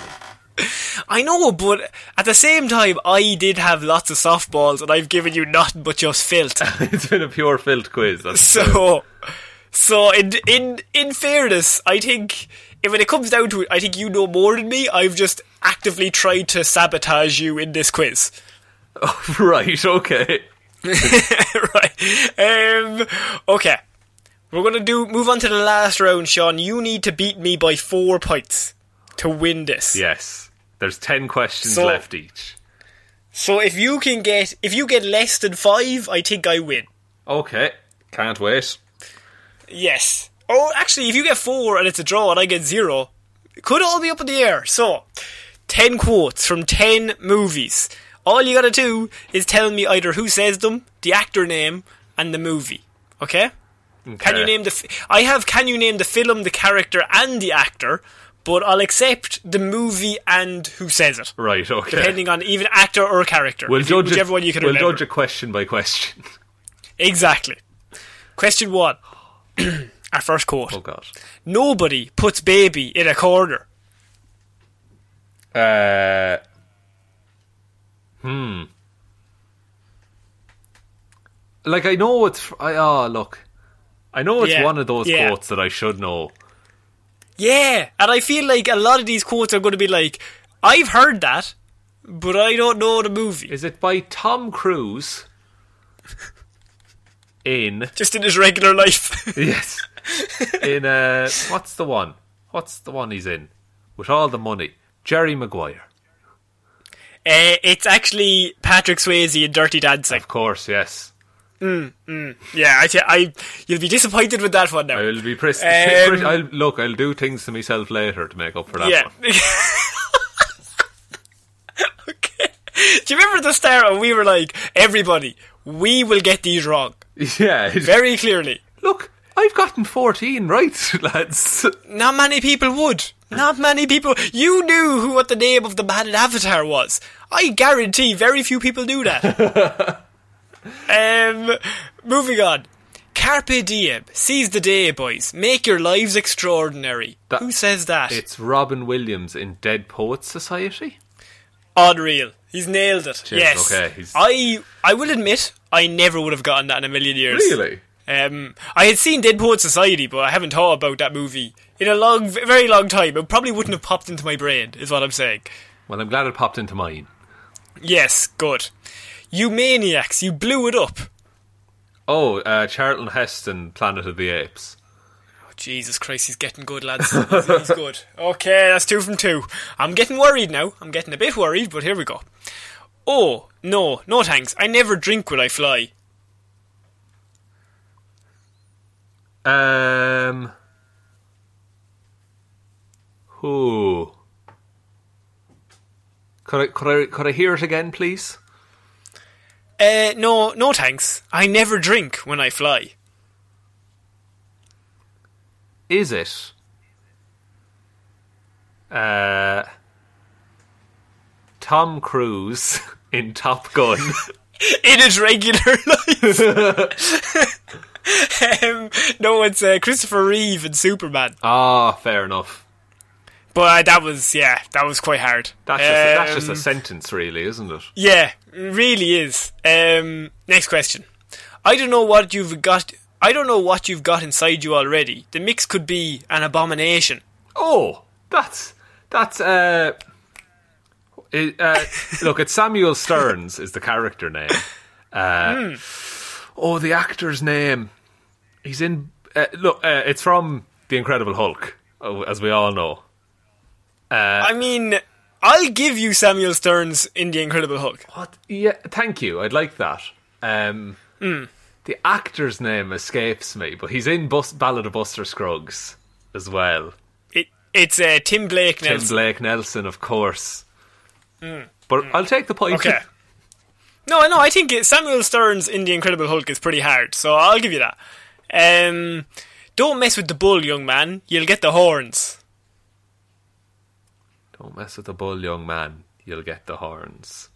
S1: I know, but at the same time, I did have lots of softballs, and I've given you nothing but just filth.
S2: It's been a pure filled quiz. That's
S1: So, so in in in fairness, I think if when it comes down to it, I think you know more than me. I've just actively tried to sabotage you in this quiz.
S2: right. Okay.
S1: right. Um, okay. We're gonna do move on to the last round, Sean. You need to beat me by four points to win this.
S2: Yes. There's 10 questions
S1: So-
S2: left each.
S1: So if you can get if you get less than five, I think I win.
S2: Okay. Can't wait.
S1: Yes. Oh, actually, if you get four and it's a draw and I get zero, it could all be up in the air. So, ten quotes from ten movies. All you gotta do is tell me either who says them, the actor name, and the movie. Okay? Can you
S2: Okay.
S1: name the? F- I have. Can you name the film, the character, and the actor? But I'll accept the movie and who says it,
S2: Right, okay.
S1: depending on even actor or character.
S2: we'll
S1: If you-
S2: judge
S1: whichever
S2: it,
S1: one you can
S2: we'll
S1: remember.
S2: judge it question by question.
S1: Exactly. Question one. Our first quote.
S2: Oh, God.
S1: Nobody puts baby in a corner.
S2: Uh, hmm. Like I know it's fr- I ah look, I know it's
S1: Yeah,
S2: one of those
S1: yeah.
S2: quotes that I should know.
S1: Yeah, and I feel like a lot of these quotes are going to be like, I've heard that, but I don't know the movie.
S2: Is it by Tom Cruise? In
S1: Just in his regular life.
S2: yes, in uh, what's the one? What's the one he's in with all the money? Jerry Maguire,
S1: uh, it's actually Patrick Swayze in Dirty Dancing.
S2: of course. Yes,
S1: Yeah, I, th- I you'll be disappointed with that one now.
S2: I will be pressed.
S1: Um,
S2: I'll, look, I'll do things to myself later to make up for that
S1: yeah.
S2: one.
S1: okay. Do you remember the start when we were like, everybody, we will get these wrong
S2: Yeah, it's-
S1: very clearly.
S2: Look, I've gotten 14 right, lads.
S1: Not many people would. Not many people. You knew who what the name of the man in Avatar was. I guarantee very few people knew that. um, moving on. Carpe diem. Seize the day, boys. Make your lives extraordinary.
S2: That-
S1: who says that?
S2: It's Robin Williams in Dead Poets Society.
S1: Unreal. He's nailed it.
S2: Cheers,
S1: yes.
S2: okay, he's-
S1: I I will admit I never would have gotten that in a million years. Um, I had seen Dead Poet Society, but I haven't thought about that movie in a long, v- very long time. It probably wouldn't have popped into my brain, is what I'm saying.
S2: Well, I'm glad it popped into mine.
S1: Yes, good. You maniacs, you blew it up.
S2: Oh, uh, Charlton Heston, Planet of the Apes.
S1: Oh, Jesus Christ, he's getting good, lads. He's, he's good. Okay, that's two from two. I'm getting worried now. I'm getting a bit worried, but here we go. Oh, no, no thanks. I never drink when I fly.
S2: Um. Who? Could I, could, I, could I hear it again, please?
S1: Uh, no, no thanks. I never drink when I fly.
S2: Is it? Uh, Tom Cruise in Top Gun.
S1: in his regular life. um, no, it's uh, Christopher Reeve and Superman.
S2: Ah, fair enough.
S1: But uh, that was, yeah, that was quite hard.
S2: That's just, that's just
S1: Um,
S2: a sentence, really, isn't it?
S1: Yeah, it really is. Um, next question. I don't know what you've got. I don't know what you've got inside you already. The mix could be an abomination.
S2: Oh, that's that's uh, it, uh look, it's Samuel Stearns is the character name. Uh, Oh, the actor's name. He's in. Uh, look, uh, it's from The Incredible Hulk, oh, as we all know. Uh.
S1: I mean, I'll give you Samuel Stearns in The Incredible Hulk.
S2: What? Yeah, thank you. I'd like that. Um, The actor's name escapes me, but he's in Bus- Ballad of Buster Scruggs as well.
S1: It, it's uh, Tim Blake now.
S2: Tim Blake Nelson, of course. But I'll take the point.
S1: Okay. No, no, I think it, Samuel Stearns in The Incredible Hulk is pretty hard, so I'll give you that. Um, don't mess with the bull, young man. You'll get the horns.
S2: Don't mess with the bull, young man. You'll get the horns.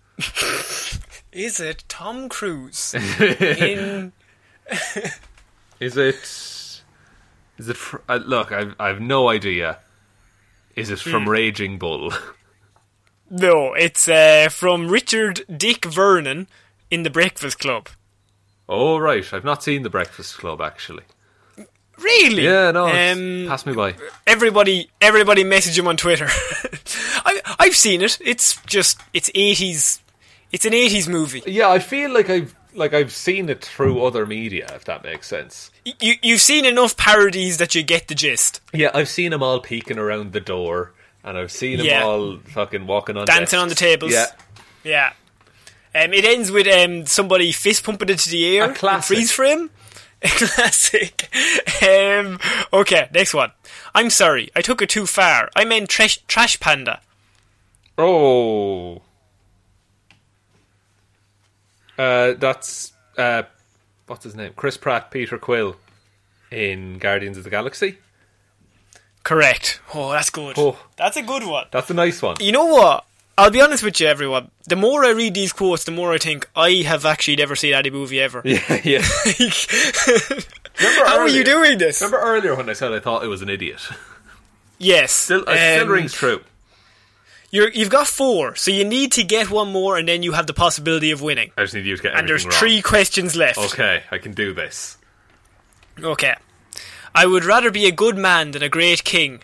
S1: Is it Tom Cruise in
S2: Is it? Is it? Fr- uh, look, I've I've no idea. Is it from Raging Bull?
S1: No, it's uh, from Richard Dick Vernon in The Breakfast Club.
S2: oh right, I've not seen The Breakfast Club actually.
S1: Really?
S2: Yeah, no,
S1: Um,
S2: it's pass me by.
S1: everybody everybody message him on Twitter. I, I've seen it. It's just it's eighties. It's an eighties movie.
S2: Yeah, I feel like I've like I've seen it through other media, if that makes sense.
S1: You you've seen enough parodies that you get the gist.
S2: Yeah, I've seen them all peeking around the door, and I've seen them
S1: Yeah.
S2: all fucking walking on,
S1: Dancing
S2: desks.
S1: on the tables.
S2: Yeah,
S1: Yeah. Um, it ends with um, somebody fist pumping into the air.
S2: A classic.
S1: in Freeze frame. classic. Um, okay, next one. I'm sorry, I took it too far. I meant trash, trash panda.
S2: Oh. Uh, that's uh, what's his name? Chris Pratt, Peter Quill, in Guardians of the Galaxy.
S1: Correct. Oh, that's good.
S2: Oh.
S1: That's a good one.
S2: That's a nice one.
S1: You know what? I'll be honest with you, everyone. The more I read these quotes, the more I think I have actually never seen any movie ever.
S2: Yeah, yeah.
S1: How are you doing this?
S2: Remember earlier when I said I thought it was an idiot?
S1: yes.
S2: Still, it still
S1: um,
S2: rings true.
S1: You're, you've got four, so you need to get one more, and then you have the possibility of winning.
S2: I just need you to get
S1: And there's
S2: everything
S1: three questions left.
S2: wrong. Okay, I can do this.
S1: Okay. I would rather be a good man than a great king.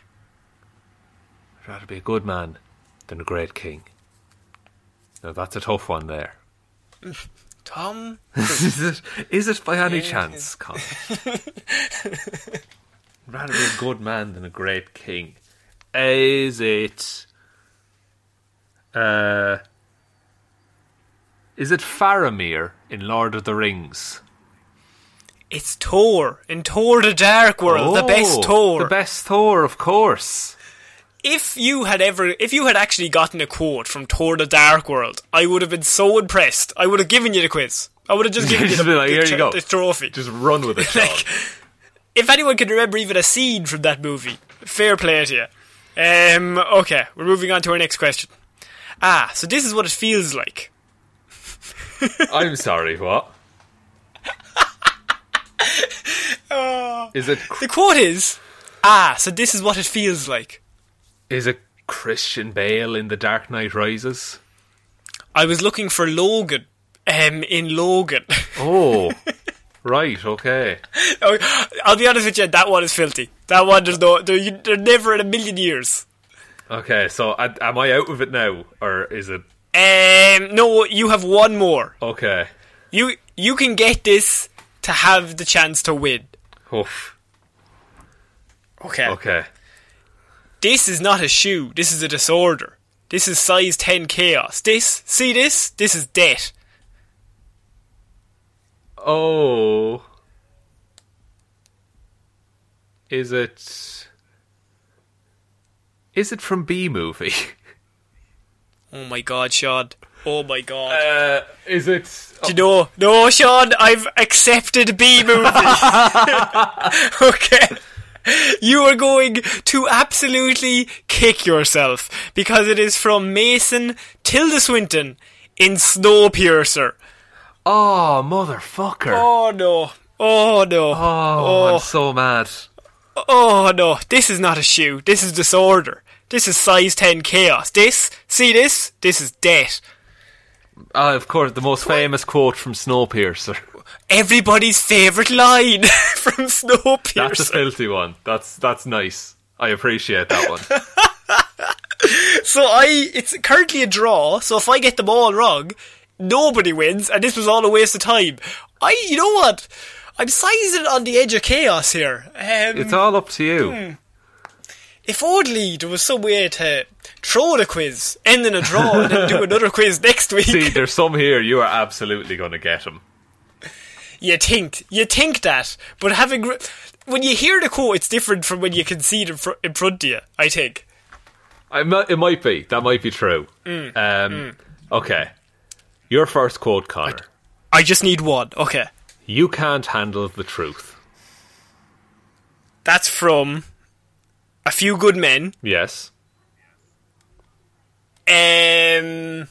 S2: I'd rather be a good man than a great king. Now that's a tough one. There
S1: Tom?
S2: is it. Is it by any chance, Colin? rather be a good man than a great king. Is it? Uh, is it Faramir in Lord of the Rings?
S1: It's Thor in Thor the Dark World, the best
S2: Oh,
S1: Thor.
S2: The best Thor, of course.
S1: if you had ever, if you had actually gotten a quote from Thor the Dark World, I would have been so impressed. I would have given you the quiz. I would have just given you
S2: Just
S1: the,
S2: be like,
S1: the
S2: here you
S1: tro-
S2: go.
S1: the trophy.
S2: Just run with it, Sean.
S1: Like- if anyone can remember even a scene from that movie, fair play to you. Um, okay, we're moving on to our next question. Ah, so this is what it feels like.
S2: I'm sorry, what?
S1: Oh.
S2: is it
S1: The quote is, ah, so this is what it feels like.
S2: is it Christian Bale in The Dark Knight Rises?
S1: I was looking for Logan. Um, in Logan.
S2: Oh, right, okay.
S1: Oh, I'll be honest with you, that one is filthy. That one, there's no, there, you, there never in a million years.
S2: Okay, so I, am I out of it now, or is it
S1: Um, no, you have one more.
S2: okay?
S1: You, you can get this to have the chance to win.
S2: Oof.
S1: Okay.
S2: Okay.
S1: This is not a shoe. This is a disorder. This is size 10 chaos. This, see this? This is debt.
S2: Oh, is it? Is it from B movie?
S1: Oh my god, Sean. Oh my god.
S2: Uh, is it?
S1: Do you know? No, Sean, I've accepted B movie. okay. You are going to absolutely kick yourself because it is from Mason Tilda Swinton in Snowpiercer.
S2: Oh, motherfucker!
S1: Oh no. Oh no.
S2: Oh, I'm so mad.
S1: Oh no, this is not a shoe. This is disorder. This is size 10 chaos. This, see this? This is debt.
S2: Ah, of course, the most famous quote from Snowpiercer.
S1: Everybody's favourite line from Snowpiercer.
S2: That's a filthy one. That's that's nice. I appreciate that one.
S1: So I, it's currently a draw. So if I get them all wrong, nobody wins, and this was all a waste of time. I, you know what? I'm sizing on the edge of chaos here. Um,
S2: It's all up to you.
S1: if only there was some way to throw the quiz, end in a draw, and then do another quiz next week.
S2: See, there's some here you are absolutely going to get them.
S1: you think, you think that, but having re- when you hear the quote, it's different from when you can see it in, fr- in front of you. I think.
S2: I mi- it might be. That might be true.
S1: Mm,
S2: um, Okay. Your first quote, Connor.
S1: I just need one. Okay,
S2: You can't handle the truth.
S1: that's from a few good men.
S2: Yes.
S1: Um,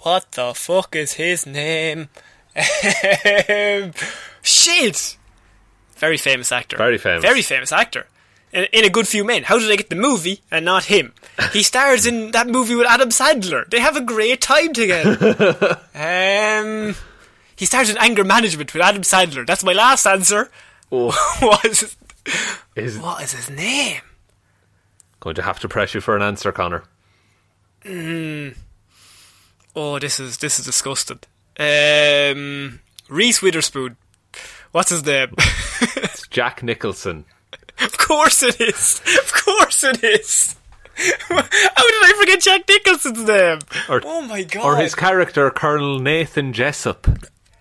S1: what the fuck is his name? Um, Shit! Very famous actor.
S2: Very famous.
S1: Very famous actor. In, in a good few men. How did I get the movie and not him? He stars in that movie with Adam Sandler. They have a great time together. um, he stars in Anger Management with Adam Sandler. That's my last answer.
S2: Oh.
S1: what, is his,
S2: Is
S1: what is his name?
S2: going to have to press you for an answer, Connor.
S1: Oh, this is this is disgusting. Um, Reese Witherspoon. What's his name?
S2: It's Jack Nicholson.
S1: of course it is. Of course it is. How did I forget Jack Nicholson's name?
S2: Or,
S1: oh my god!
S2: Or his character, Colonel Nathan Jessup.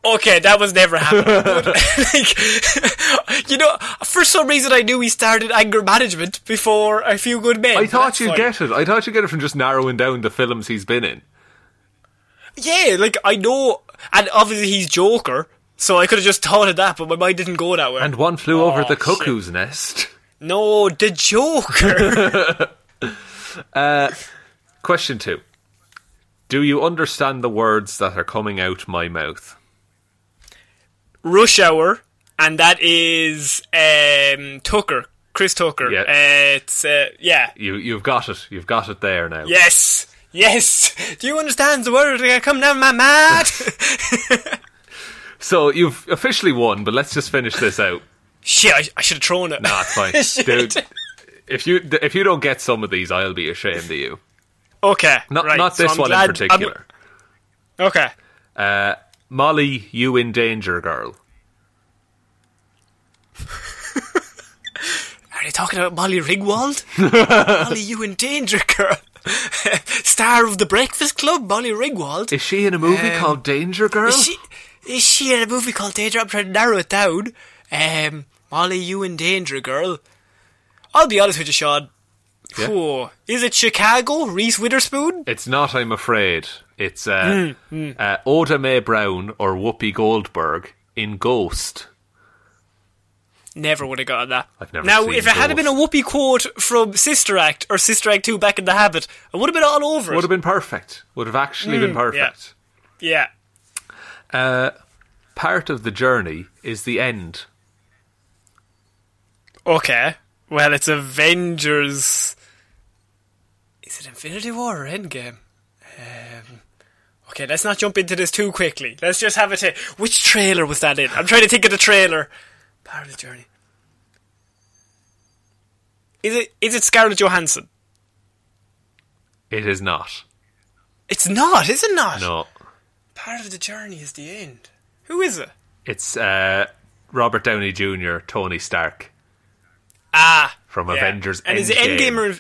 S1: Okay, that was never happening. But, like, you know, for some reason I knew he started anger management before A Few Good Men.
S2: I thought
S1: That's
S2: you'd
S1: fine.
S2: get it. I thought you'd get it from just narrowing down the films he's been in.
S1: Yeah, like I know, and obviously he's Joker, so I could have just thought of that, but my mind didn't go that way.
S2: And one flew over the
S1: Oh, shit.
S2: cuckoo's nest.
S1: no, the Joker.
S2: Question two. Do you understand the words that are coming out my mouth?
S1: Rush Hour, and that is um, Tucker, Chris Tucker.
S2: Yeah.
S1: Uh, it's uh, yeah,
S2: You, you've got it. You've got it there now.
S1: yes, yes. Do you understand the word? I come down my mad.
S2: So you've officially won, but let's just finish this out.
S1: Shit, I, I should have thrown it.
S2: Nah, it's fine. Dude, if you if you don't get some of these, I'll be ashamed of you.
S1: Okay,
S2: Not
S1: right,
S2: not
S1: so
S2: this
S1: I'm
S2: one
S1: glad-
S2: in
S1: I'm-
S2: particular. Uh,
S1: okay,
S2: Molly, you in danger, girl.
S1: are they talking about Molly Ringwald? Molly, you in danger, girl. Star of the Breakfast Club, Molly Ringwald.
S2: Is she in a movie called Danger Girl?
S1: Um, Is she, is she in a movie called Danger? I'm trying to narrow it down. Um, Molly, you in danger, girl. I'll be honest with you, Sean.
S2: Yeah.
S1: Whoa. Is it Chicago? Reese Witherspoon?
S2: It's not, I'm afraid. It's uh,
S1: Hmm,
S2: Uh, Oda Mae Brown or Whoopi Goldberg in Ghost.
S1: Never would have gotten that.
S2: I've never
S1: now,
S2: seen
S1: if it had
S2: those.
S1: been a whoopee quote from Sister Act or Sister Act 2 Back in the Habit, I would have been all over
S2: Would
S1: it.
S2: have been perfect. Would have actually
S1: Hmm,
S2: been perfect.
S1: yeah.
S2: Part of the journey is the end.
S1: Okay. Well, it's Avengers. Is it Infinity War or Endgame? Um, okay, let's not jump into this too quickly. Let's just have a ta- Which trailer was that in? I'm trying to think of the trailer. Part of the journey. Is it? Is it Scarlett Johansson?
S2: It is not.
S1: It's not, is it not?
S2: No.
S1: Part of the journey is the end. Who is it?
S2: It's uh, Robert Downey Jr., Tony Stark
S1: Ah,
S2: from
S1: yeah.
S2: Avengers
S1: And
S2: Endgame.
S1: is it Endgame or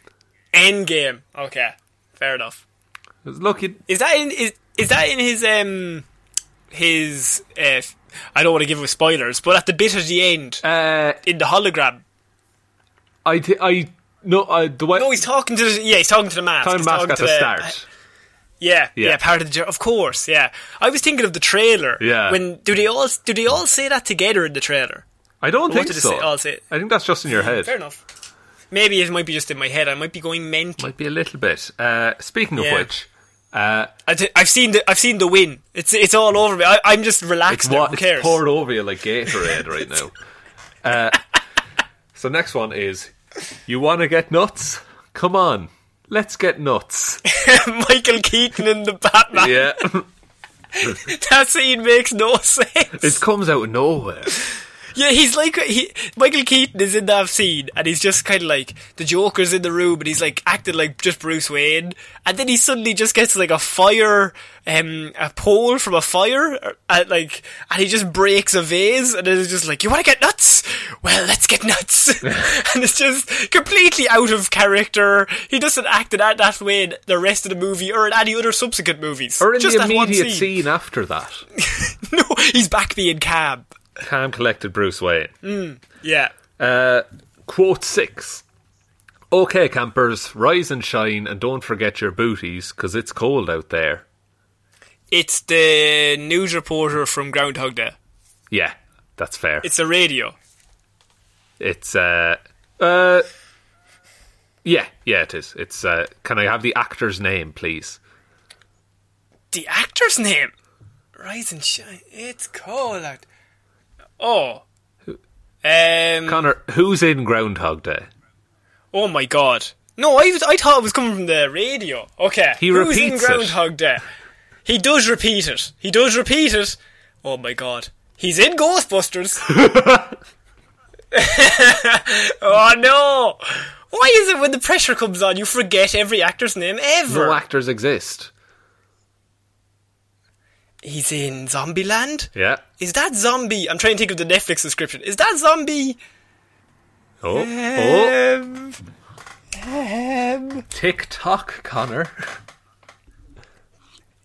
S1: Endgame? Okay, fair enough.
S2: Look, you-
S1: Is that in is is that in his um his uh, f- I don't want to give away spoilers, but at the bit at the end
S2: uh,
S1: in the hologram.
S2: I, thi- I, no, I, the way,
S1: No, Oh, he's talking to the yeah, he's talking to the mask.
S2: Time
S1: he's
S2: Mask
S1: talking
S2: at
S1: to
S2: the start.
S1: Yeah,
S2: Yeah.
S1: yeah, part of the jour- of course, yeah. I was thinking of the trailer.
S2: Yeah.
S1: When do they all do they all say that together in the trailer?
S2: I don't
S1: What
S2: think
S1: did it
S2: so.
S1: say? Oh, I'll say it.
S2: I think that's just in your head.
S1: Fair enough. Maybe it might be just in my head. I might be going mental.
S2: Might be a little bit. Uh, speaking of
S1: Yeah.
S2: which,
S1: I th- I've seen the I've seen the win. It's it's all over me. I, I'm just relaxed.
S2: it's,
S1: now.
S2: what,
S1: Who
S2: it's
S1: cares?
S2: poured over you like Gatorade right now. Uh, so next one is, you want to get nuts? Come on, let's get nuts.
S1: Michael Keaton in the Batman.
S2: yeah,
S1: That scene makes no sense.
S2: it comes out of nowhere.
S1: Yeah, he's like he, Michael Keaton is in that scene, and he's just kind of like the Joker's in the room, and he's like acting like just Bruce Wayne, and then he suddenly just gets like a fire, um, a pole from a fire, or- and like, and he just breaks a vase, and then it's just like, "You want to get nuts? Well, let's get nuts," and it's just completely out of character. He doesn't act in that, that way in the rest of the movie or in any other subsequent movies.
S2: Or in
S1: just
S2: the
S1: that one
S2: immediate scene.
S1: scene.
S2: after that,
S1: No, he's back being cab.
S2: Cam collected Bruce Wayne. Uh,
S1: Yeah.
S2: Quote six. Okay, campers, rise and shine, and don't forget your booties, 'cause it's cold out there.
S1: It's the news reporter from Groundhog Day.
S2: Yeah, that's fair.
S1: It's a radio.
S2: It's uh uh yeah, yeah, it is. It's uh can I have the actor's name, please?
S1: The actor's name? Rise and shine. It's cold out. Oh. Um.
S2: Connor, who's in Groundhog Day?
S1: Oh my god. No, I was, I thought it was coming from the radio. Okay.
S2: He
S1: Who's in
S2: repeats it.
S1: Groundhog Day? He does repeat it. He does repeat it. Oh my god. He's in Ghostbusters. oh no. Why is it when the pressure comes on you forget every actor's name ever?
S2: No actors exist.
S1: he's in Zombieland.
S2: Yeah.
S1: Is that zombie? I'm trying to think of the Netflix description. Is that zombie?
S2: Oh, oh. Tick tock, Connor.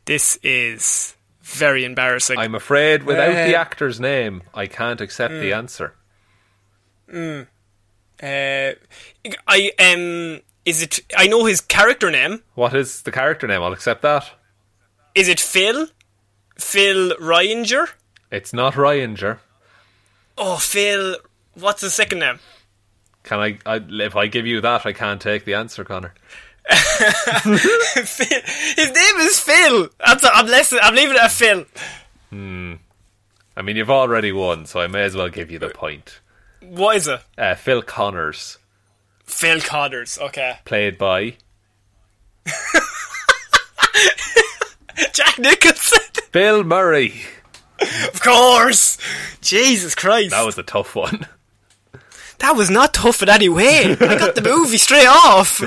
S1: This is very embarrassing.
S2: I'm afraid without the
S1: Uh,
S2: actor's name, I can't accept the answer.
S1: Uh, I um, is it? I know his character name.
S2: What is the character name? I'll accept that.
S1: Is it Phil? Phil Ryinger?
S2: It's not Ryanger.
S1: Oh, Phil. What's his second name?
S2: Can I, I? If I give you that, I can't take the answer, Connor.
S1: Phil. His name is Phil. That's I'm less, I'm leaving it at Phil.
S2: I mean, you've already won, so I may as well give you the point.
S1: What is it?
S2: Uh, Phil Connors,
S1: Phil Connors. Okay.
S2: played by
S1: Jack Nicholson.
S2: Bill Murray.
S1: of course. Jesus Christ.
S2: That was a tough one.
S1: That was not tough in any way. I got the movie straight off.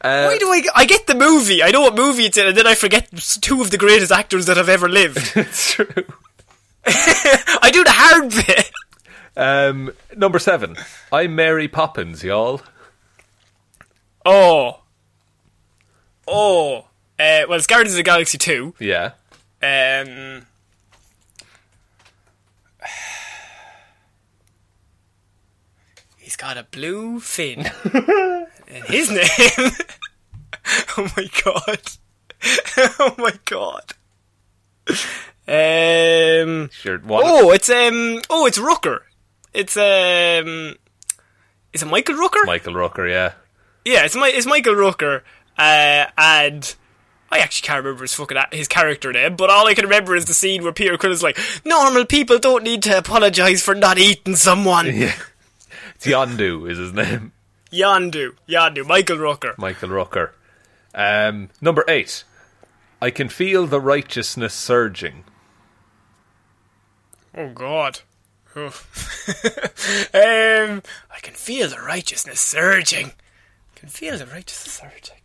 S1: Why do I? Get, I get the movie. I know what movie it's in, and then I forget two of the greatest actors that have ever lived.
S2: it's true.
S1: I do the hard bit.
S2: Um, number seven. I'm Mary Poppins, y'all.
S1: Oh, oh. Uh, well, it's Guardians of the Galaxy two.
S2: Yeah.
S1: Um. He's got a blue fin. and his name. oh my god. oh my god. Um.
S2: Sure. What
S1: Oh, it's um. Oh, it's Rooker. It's um. Is it Michael Rooker?
S2: Michael Rooker, yeah.
S1: Yeah, it's my it's Michael Rooker, uh, and I actually can't remember his fucking his character name, but all I can remember is the scene where Peter Quill is like, "Normal people don't need to apologize for not eating someone."
S2: Yeah. It's Yondu is his name.
S1: Yondu, Yondu, Michael Rooker.
S2: Michael Rooker. Um, number eight. I can feel the righteousness surging.
S1: Oh God. um, I can feel the righteousness surging. I can feel the righteousness surging.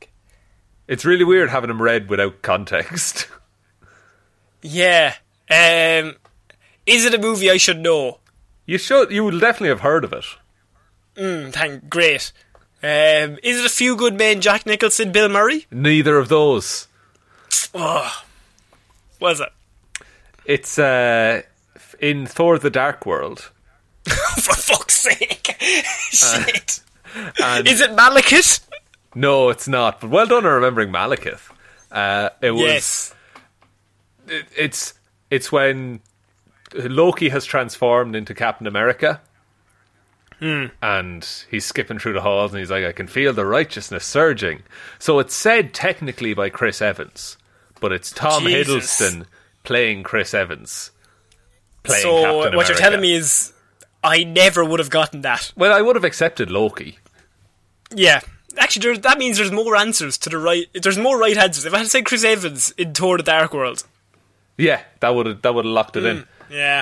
S2: It's really weird having him read without context.
S1: Yeah. Um, is it a movie I should know?
S2: You should. You will definitely have heard of it.
S1: Mm, Thank great. Um, is it a few good men? Jack Nicholson, Bill Murray.
S2: Neither of those.
S1: Was it?
S2: It's uh, in Thor: The Dark World.
S1: For fuck's sake! Shit.
S2: Uh,
S1: Is it Malekith?
S2: No, it's not. But well done on remembering Malekith. Uh, it was.
S1: Yes.
S2: it- it's it's when Loki has transformed into Captain America.
S1: Hmm.
S2: And he's skipping through the halls and he's like, I can feel the righteousness surging. So it's said technically by Chris Evans, but it's Tom
S1: Jesus.
S2: Hiddleston playing Chris Evans. Playing
S1: So
S2: Captain
S1: what you're
S2: America.
S1: telling me is, I never would have gotten that.
S2: Well, I would have accepted Loki.
S1: Yeah. Actually, there, that means there's more answers to the right. There's more right answers. If I had said Chris Evans in Thor: The Dark World,
S2: Yeah, that would have that would have locked it
S1: Hmm. yeah,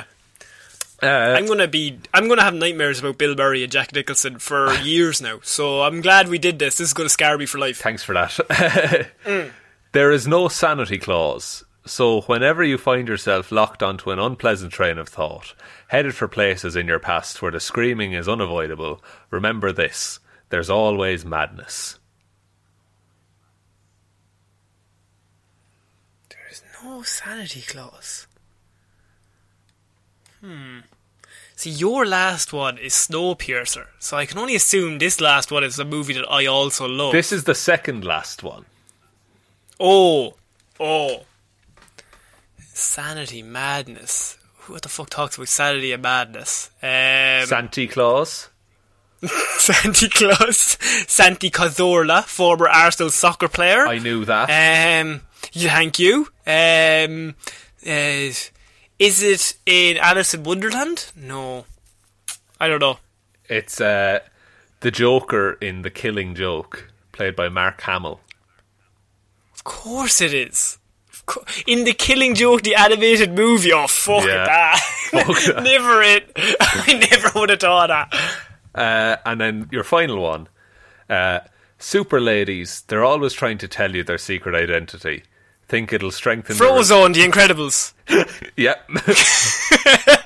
S2: in. Uh,
S1: I'm gonna be. I'm gonna have nightmares about Bill Murray and Jack Nicholson for years now. So I'm glad we did this. This is gonna scar me for life.
S2: Thanks for that. There is no sanity clause, so whenever you find yourself locked onto an unpleasant train of thought, headed for places in your past where the screaming is unavoidable, remember this there's always madness.
S1: There's no sanity clause. Hmm. See, your last one is Snowpiercer, so I can only assume this last one is a movie that I also love.
S2: This is the second last one.
S1: oh, oh, sanity madness. What the fuck talks about sanity and madness? Um,
S2: Santy Claus?
S1: Santi Claus, Santi Cazorla, former Arsenal soccer player.
S2: I knew that.
S1: Um, yeah, thank you. Um, uh, is it in Alice in Wonderland? No, I don't know.
S2: It's uh, the Joker in The Killing Joke, played by Mark Hamill.
S1: Of course it is. Of co- In the Killing Joke, the animated movie. Oh fuck
S2: Yeah.
S1: that!
S2: Fuck that.
S1: never it. I never would have thought that.
S2: Uh, and then your final one. Uh, super ladies, they're always trying to tell you their secret identity. think it'll strengthen. their-
S1: Frozone, The Incredibles.
S2: Yeah.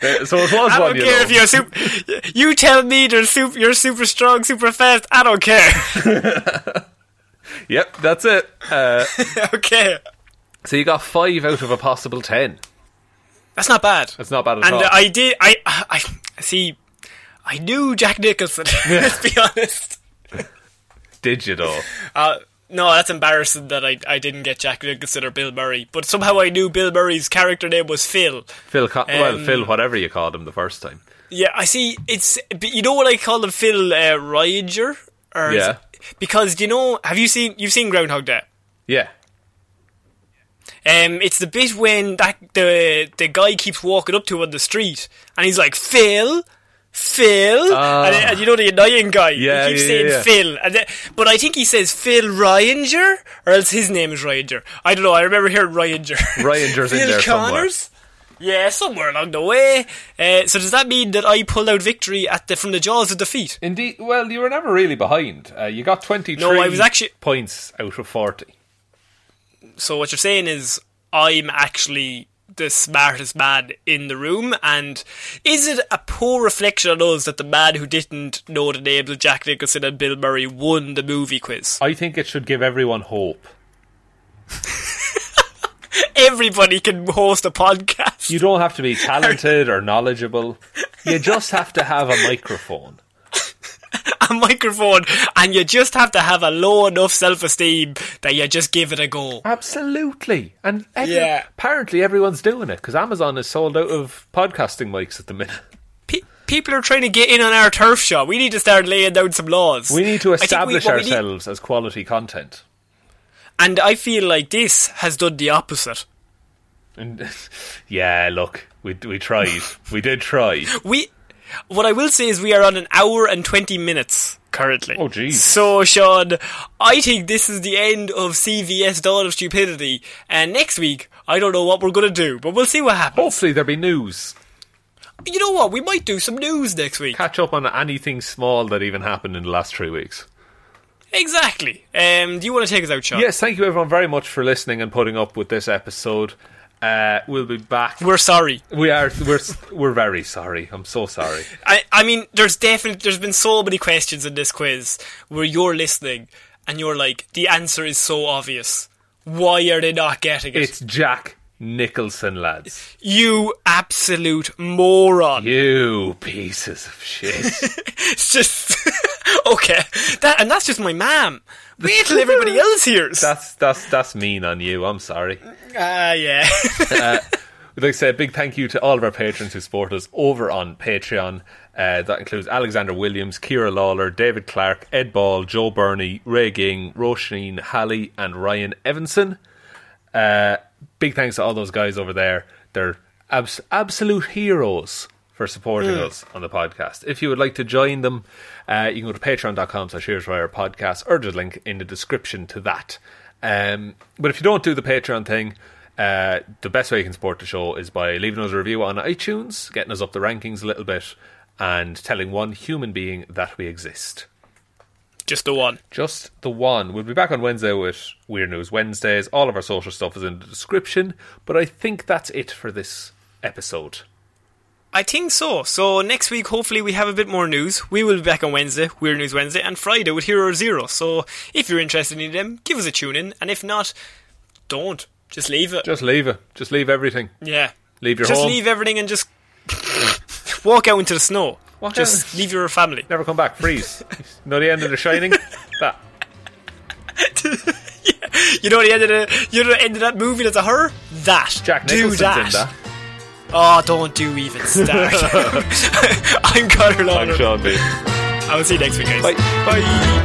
S2: Uh, so it was
S1: I
S2: one.
S1: don't
S2: you
S1: care
S2: know.
S1: if you're super. You tell me you're super, you're super strong, super fast. I don't care.
S2: Yep, that's it. Uh,
S1: okay,
S2: so you got five out of a possible ten.
S1: that's not bad.
S2: That's not bad at
S1: and
S2: all.
S1: I did. I, I I see. I knew Jack Nicholson. let's be honest.
S2: Did you though?
S1: Uh, no, that's embarrassing that I I didn't get Jack Nicholson or Bill Murray. But somehow I knew Bill Murray's character name was Phil.
S2: Phil, Con- well,
S1: Um,
S2: Phil, whatever you called him the first time.
S1: Yeah, I see. It's but you know what I call him, Phil uh, Ryger, or is
S2: Yeah.
S1: it- because you know, have you seen you've seen Groundhog Day?
S2: Yeah,
S1: Um, it's the bit when that the the guy keeps walking up to him on the street, and he's like Phil, Phil, and, then- and you know the annoying guy.
S2: Ah. Yeah,
S1: he keeps
S2: yeah,
S1: saying
S2: yeah.
S1: Phil, and then, but I think he says Phil Ryanger, or else his name is Ryanger. I don't know. I remember hearing Ryanger.
S2: Ryanger's in
S1: Phil
S2: there somewhere.
S1: Connors. Yeah, somewhere along the way. Uh, so does that mean that I pulled out victory at the from the jaws of defeat?
S2: Indeed. Well, you were never really behind. Uh, you got twenty.
S1: No, I was actually-
S2: points out of forty.
S1: So what you're saying is I'm actually the smartest man in the room, and is it a poor reflection on us that the man who didn't know the names of Jack Nicholson and Bill Murray won the movie quiz?
S2: I think it should give everyone hope.
S1: Everybody can host a podcast.
S2: You don't have to be talented or knowledgeable. You just have to have a microphone.
S1: a microphone, and you just have to have a low enough self-esteem that you just give it a go.
S2: Absolutely, and every-
S1: Yeah.
S2: apparently everyone's doing it because Amazon is sold out of podcasting mics at the minute.
S1: Pe- people are trying to get in on our turf shot. We need to start laying down some laws.
S2: We need to
S1: I think we-
S2: establish
S1: what we need-
S2: ourselves as quality content.
S1: and I feel like this has done the opposite.
S2: And yeah, look, we we tried, we did try.
S1: We, what I will say is, we are on an hour and twenty minutes currently.
S2: Oh, geez.
S1: So, Sean, I think this is the end of CVS Dawn of Stupidity, and next week I don't know what we're gonna do, but we'll see what happens.
S2: Hopefully, there'll be news. Oh.
S1: You know what? We might do some news next week.
S2: Catch up on anything small that even happened in the last three weeks.
S1: Exactly. Um, do you want to take us out, Sean?
S2: Yes, thank you everyone very much for listening and putting up with this episode. Uh, we'll be back.
S1: We're sorry.
S2: We are we're we're very sorry. I'm so sorry.
S1: I, I mean, there's definitely there's been so many questions in this quiz where you're listening and you're like, the answer is so obvious. Why are they not getting it?
S2: It's Jack Nicholson, lads.
S1: you absolute moron.
S2: You pieces of shit.
S1: It's just okay. That and that's just my mam. Wait till everybody else hears. Ah,
S2: That's that's that's mean on you. I'm sorry.
S1: yeah.
S2: We'd like to say a big thank you to all of our patrons who support us over on Patreon. Uh, that includes Alexander Williams, Kira Lawler, David Clark, Ed Ball, Joe Burney, Ray Ging, Roisin Halley, and Ryan Evanson. Uh, big thanks to all those guys over there. They're abs- absolute heroes for supporting us on the podcast. If you would like to join them, uh, you can go to patreon.com slash here's where our podcast or the link in the description to that. Um, but if you don't do the Patreon thing, uh, the best way you can support the show is by leaving us a review on iTunes, getting us up the rankings a little bit, and telling one human being that we exist.
S1: just the one.
S2: Just the one. We'll be back on Wednesday with Weird News Wednesdays. All of our social stuff is in the description, but I think that's it for this episode.
S1: I think so. So next week, hopefully, we have a bit more news. We will be back on Wednesday, Weird News Wednesday, and Friday with Hero Zero. So if you're interested in them, give us a tune in, and if not, don't. Just leave it.
S2: Just leave it. Just leave everything.
S1: yeah.
S2: Leave your
S1: just
S2: home.
S1: leave everything and just walk out into the snow.
S2: Walk
S1: just
S2: out.
S1: leave your family.
S2: Never come back. Freeze. you know the end of The Shining? That.
S1: You know the end of the you know the end of that movie that's a horror? That.
S2: Jack
S1: Do
S2: Nicholson's
S1: that.
S2: in that.
S1: Oh, don't do even start. I'm Connor
S2: I'm
S1: Lawler.
S2: Sean B.
S1: I will see you next week, guys.
S2: Bye. Bye.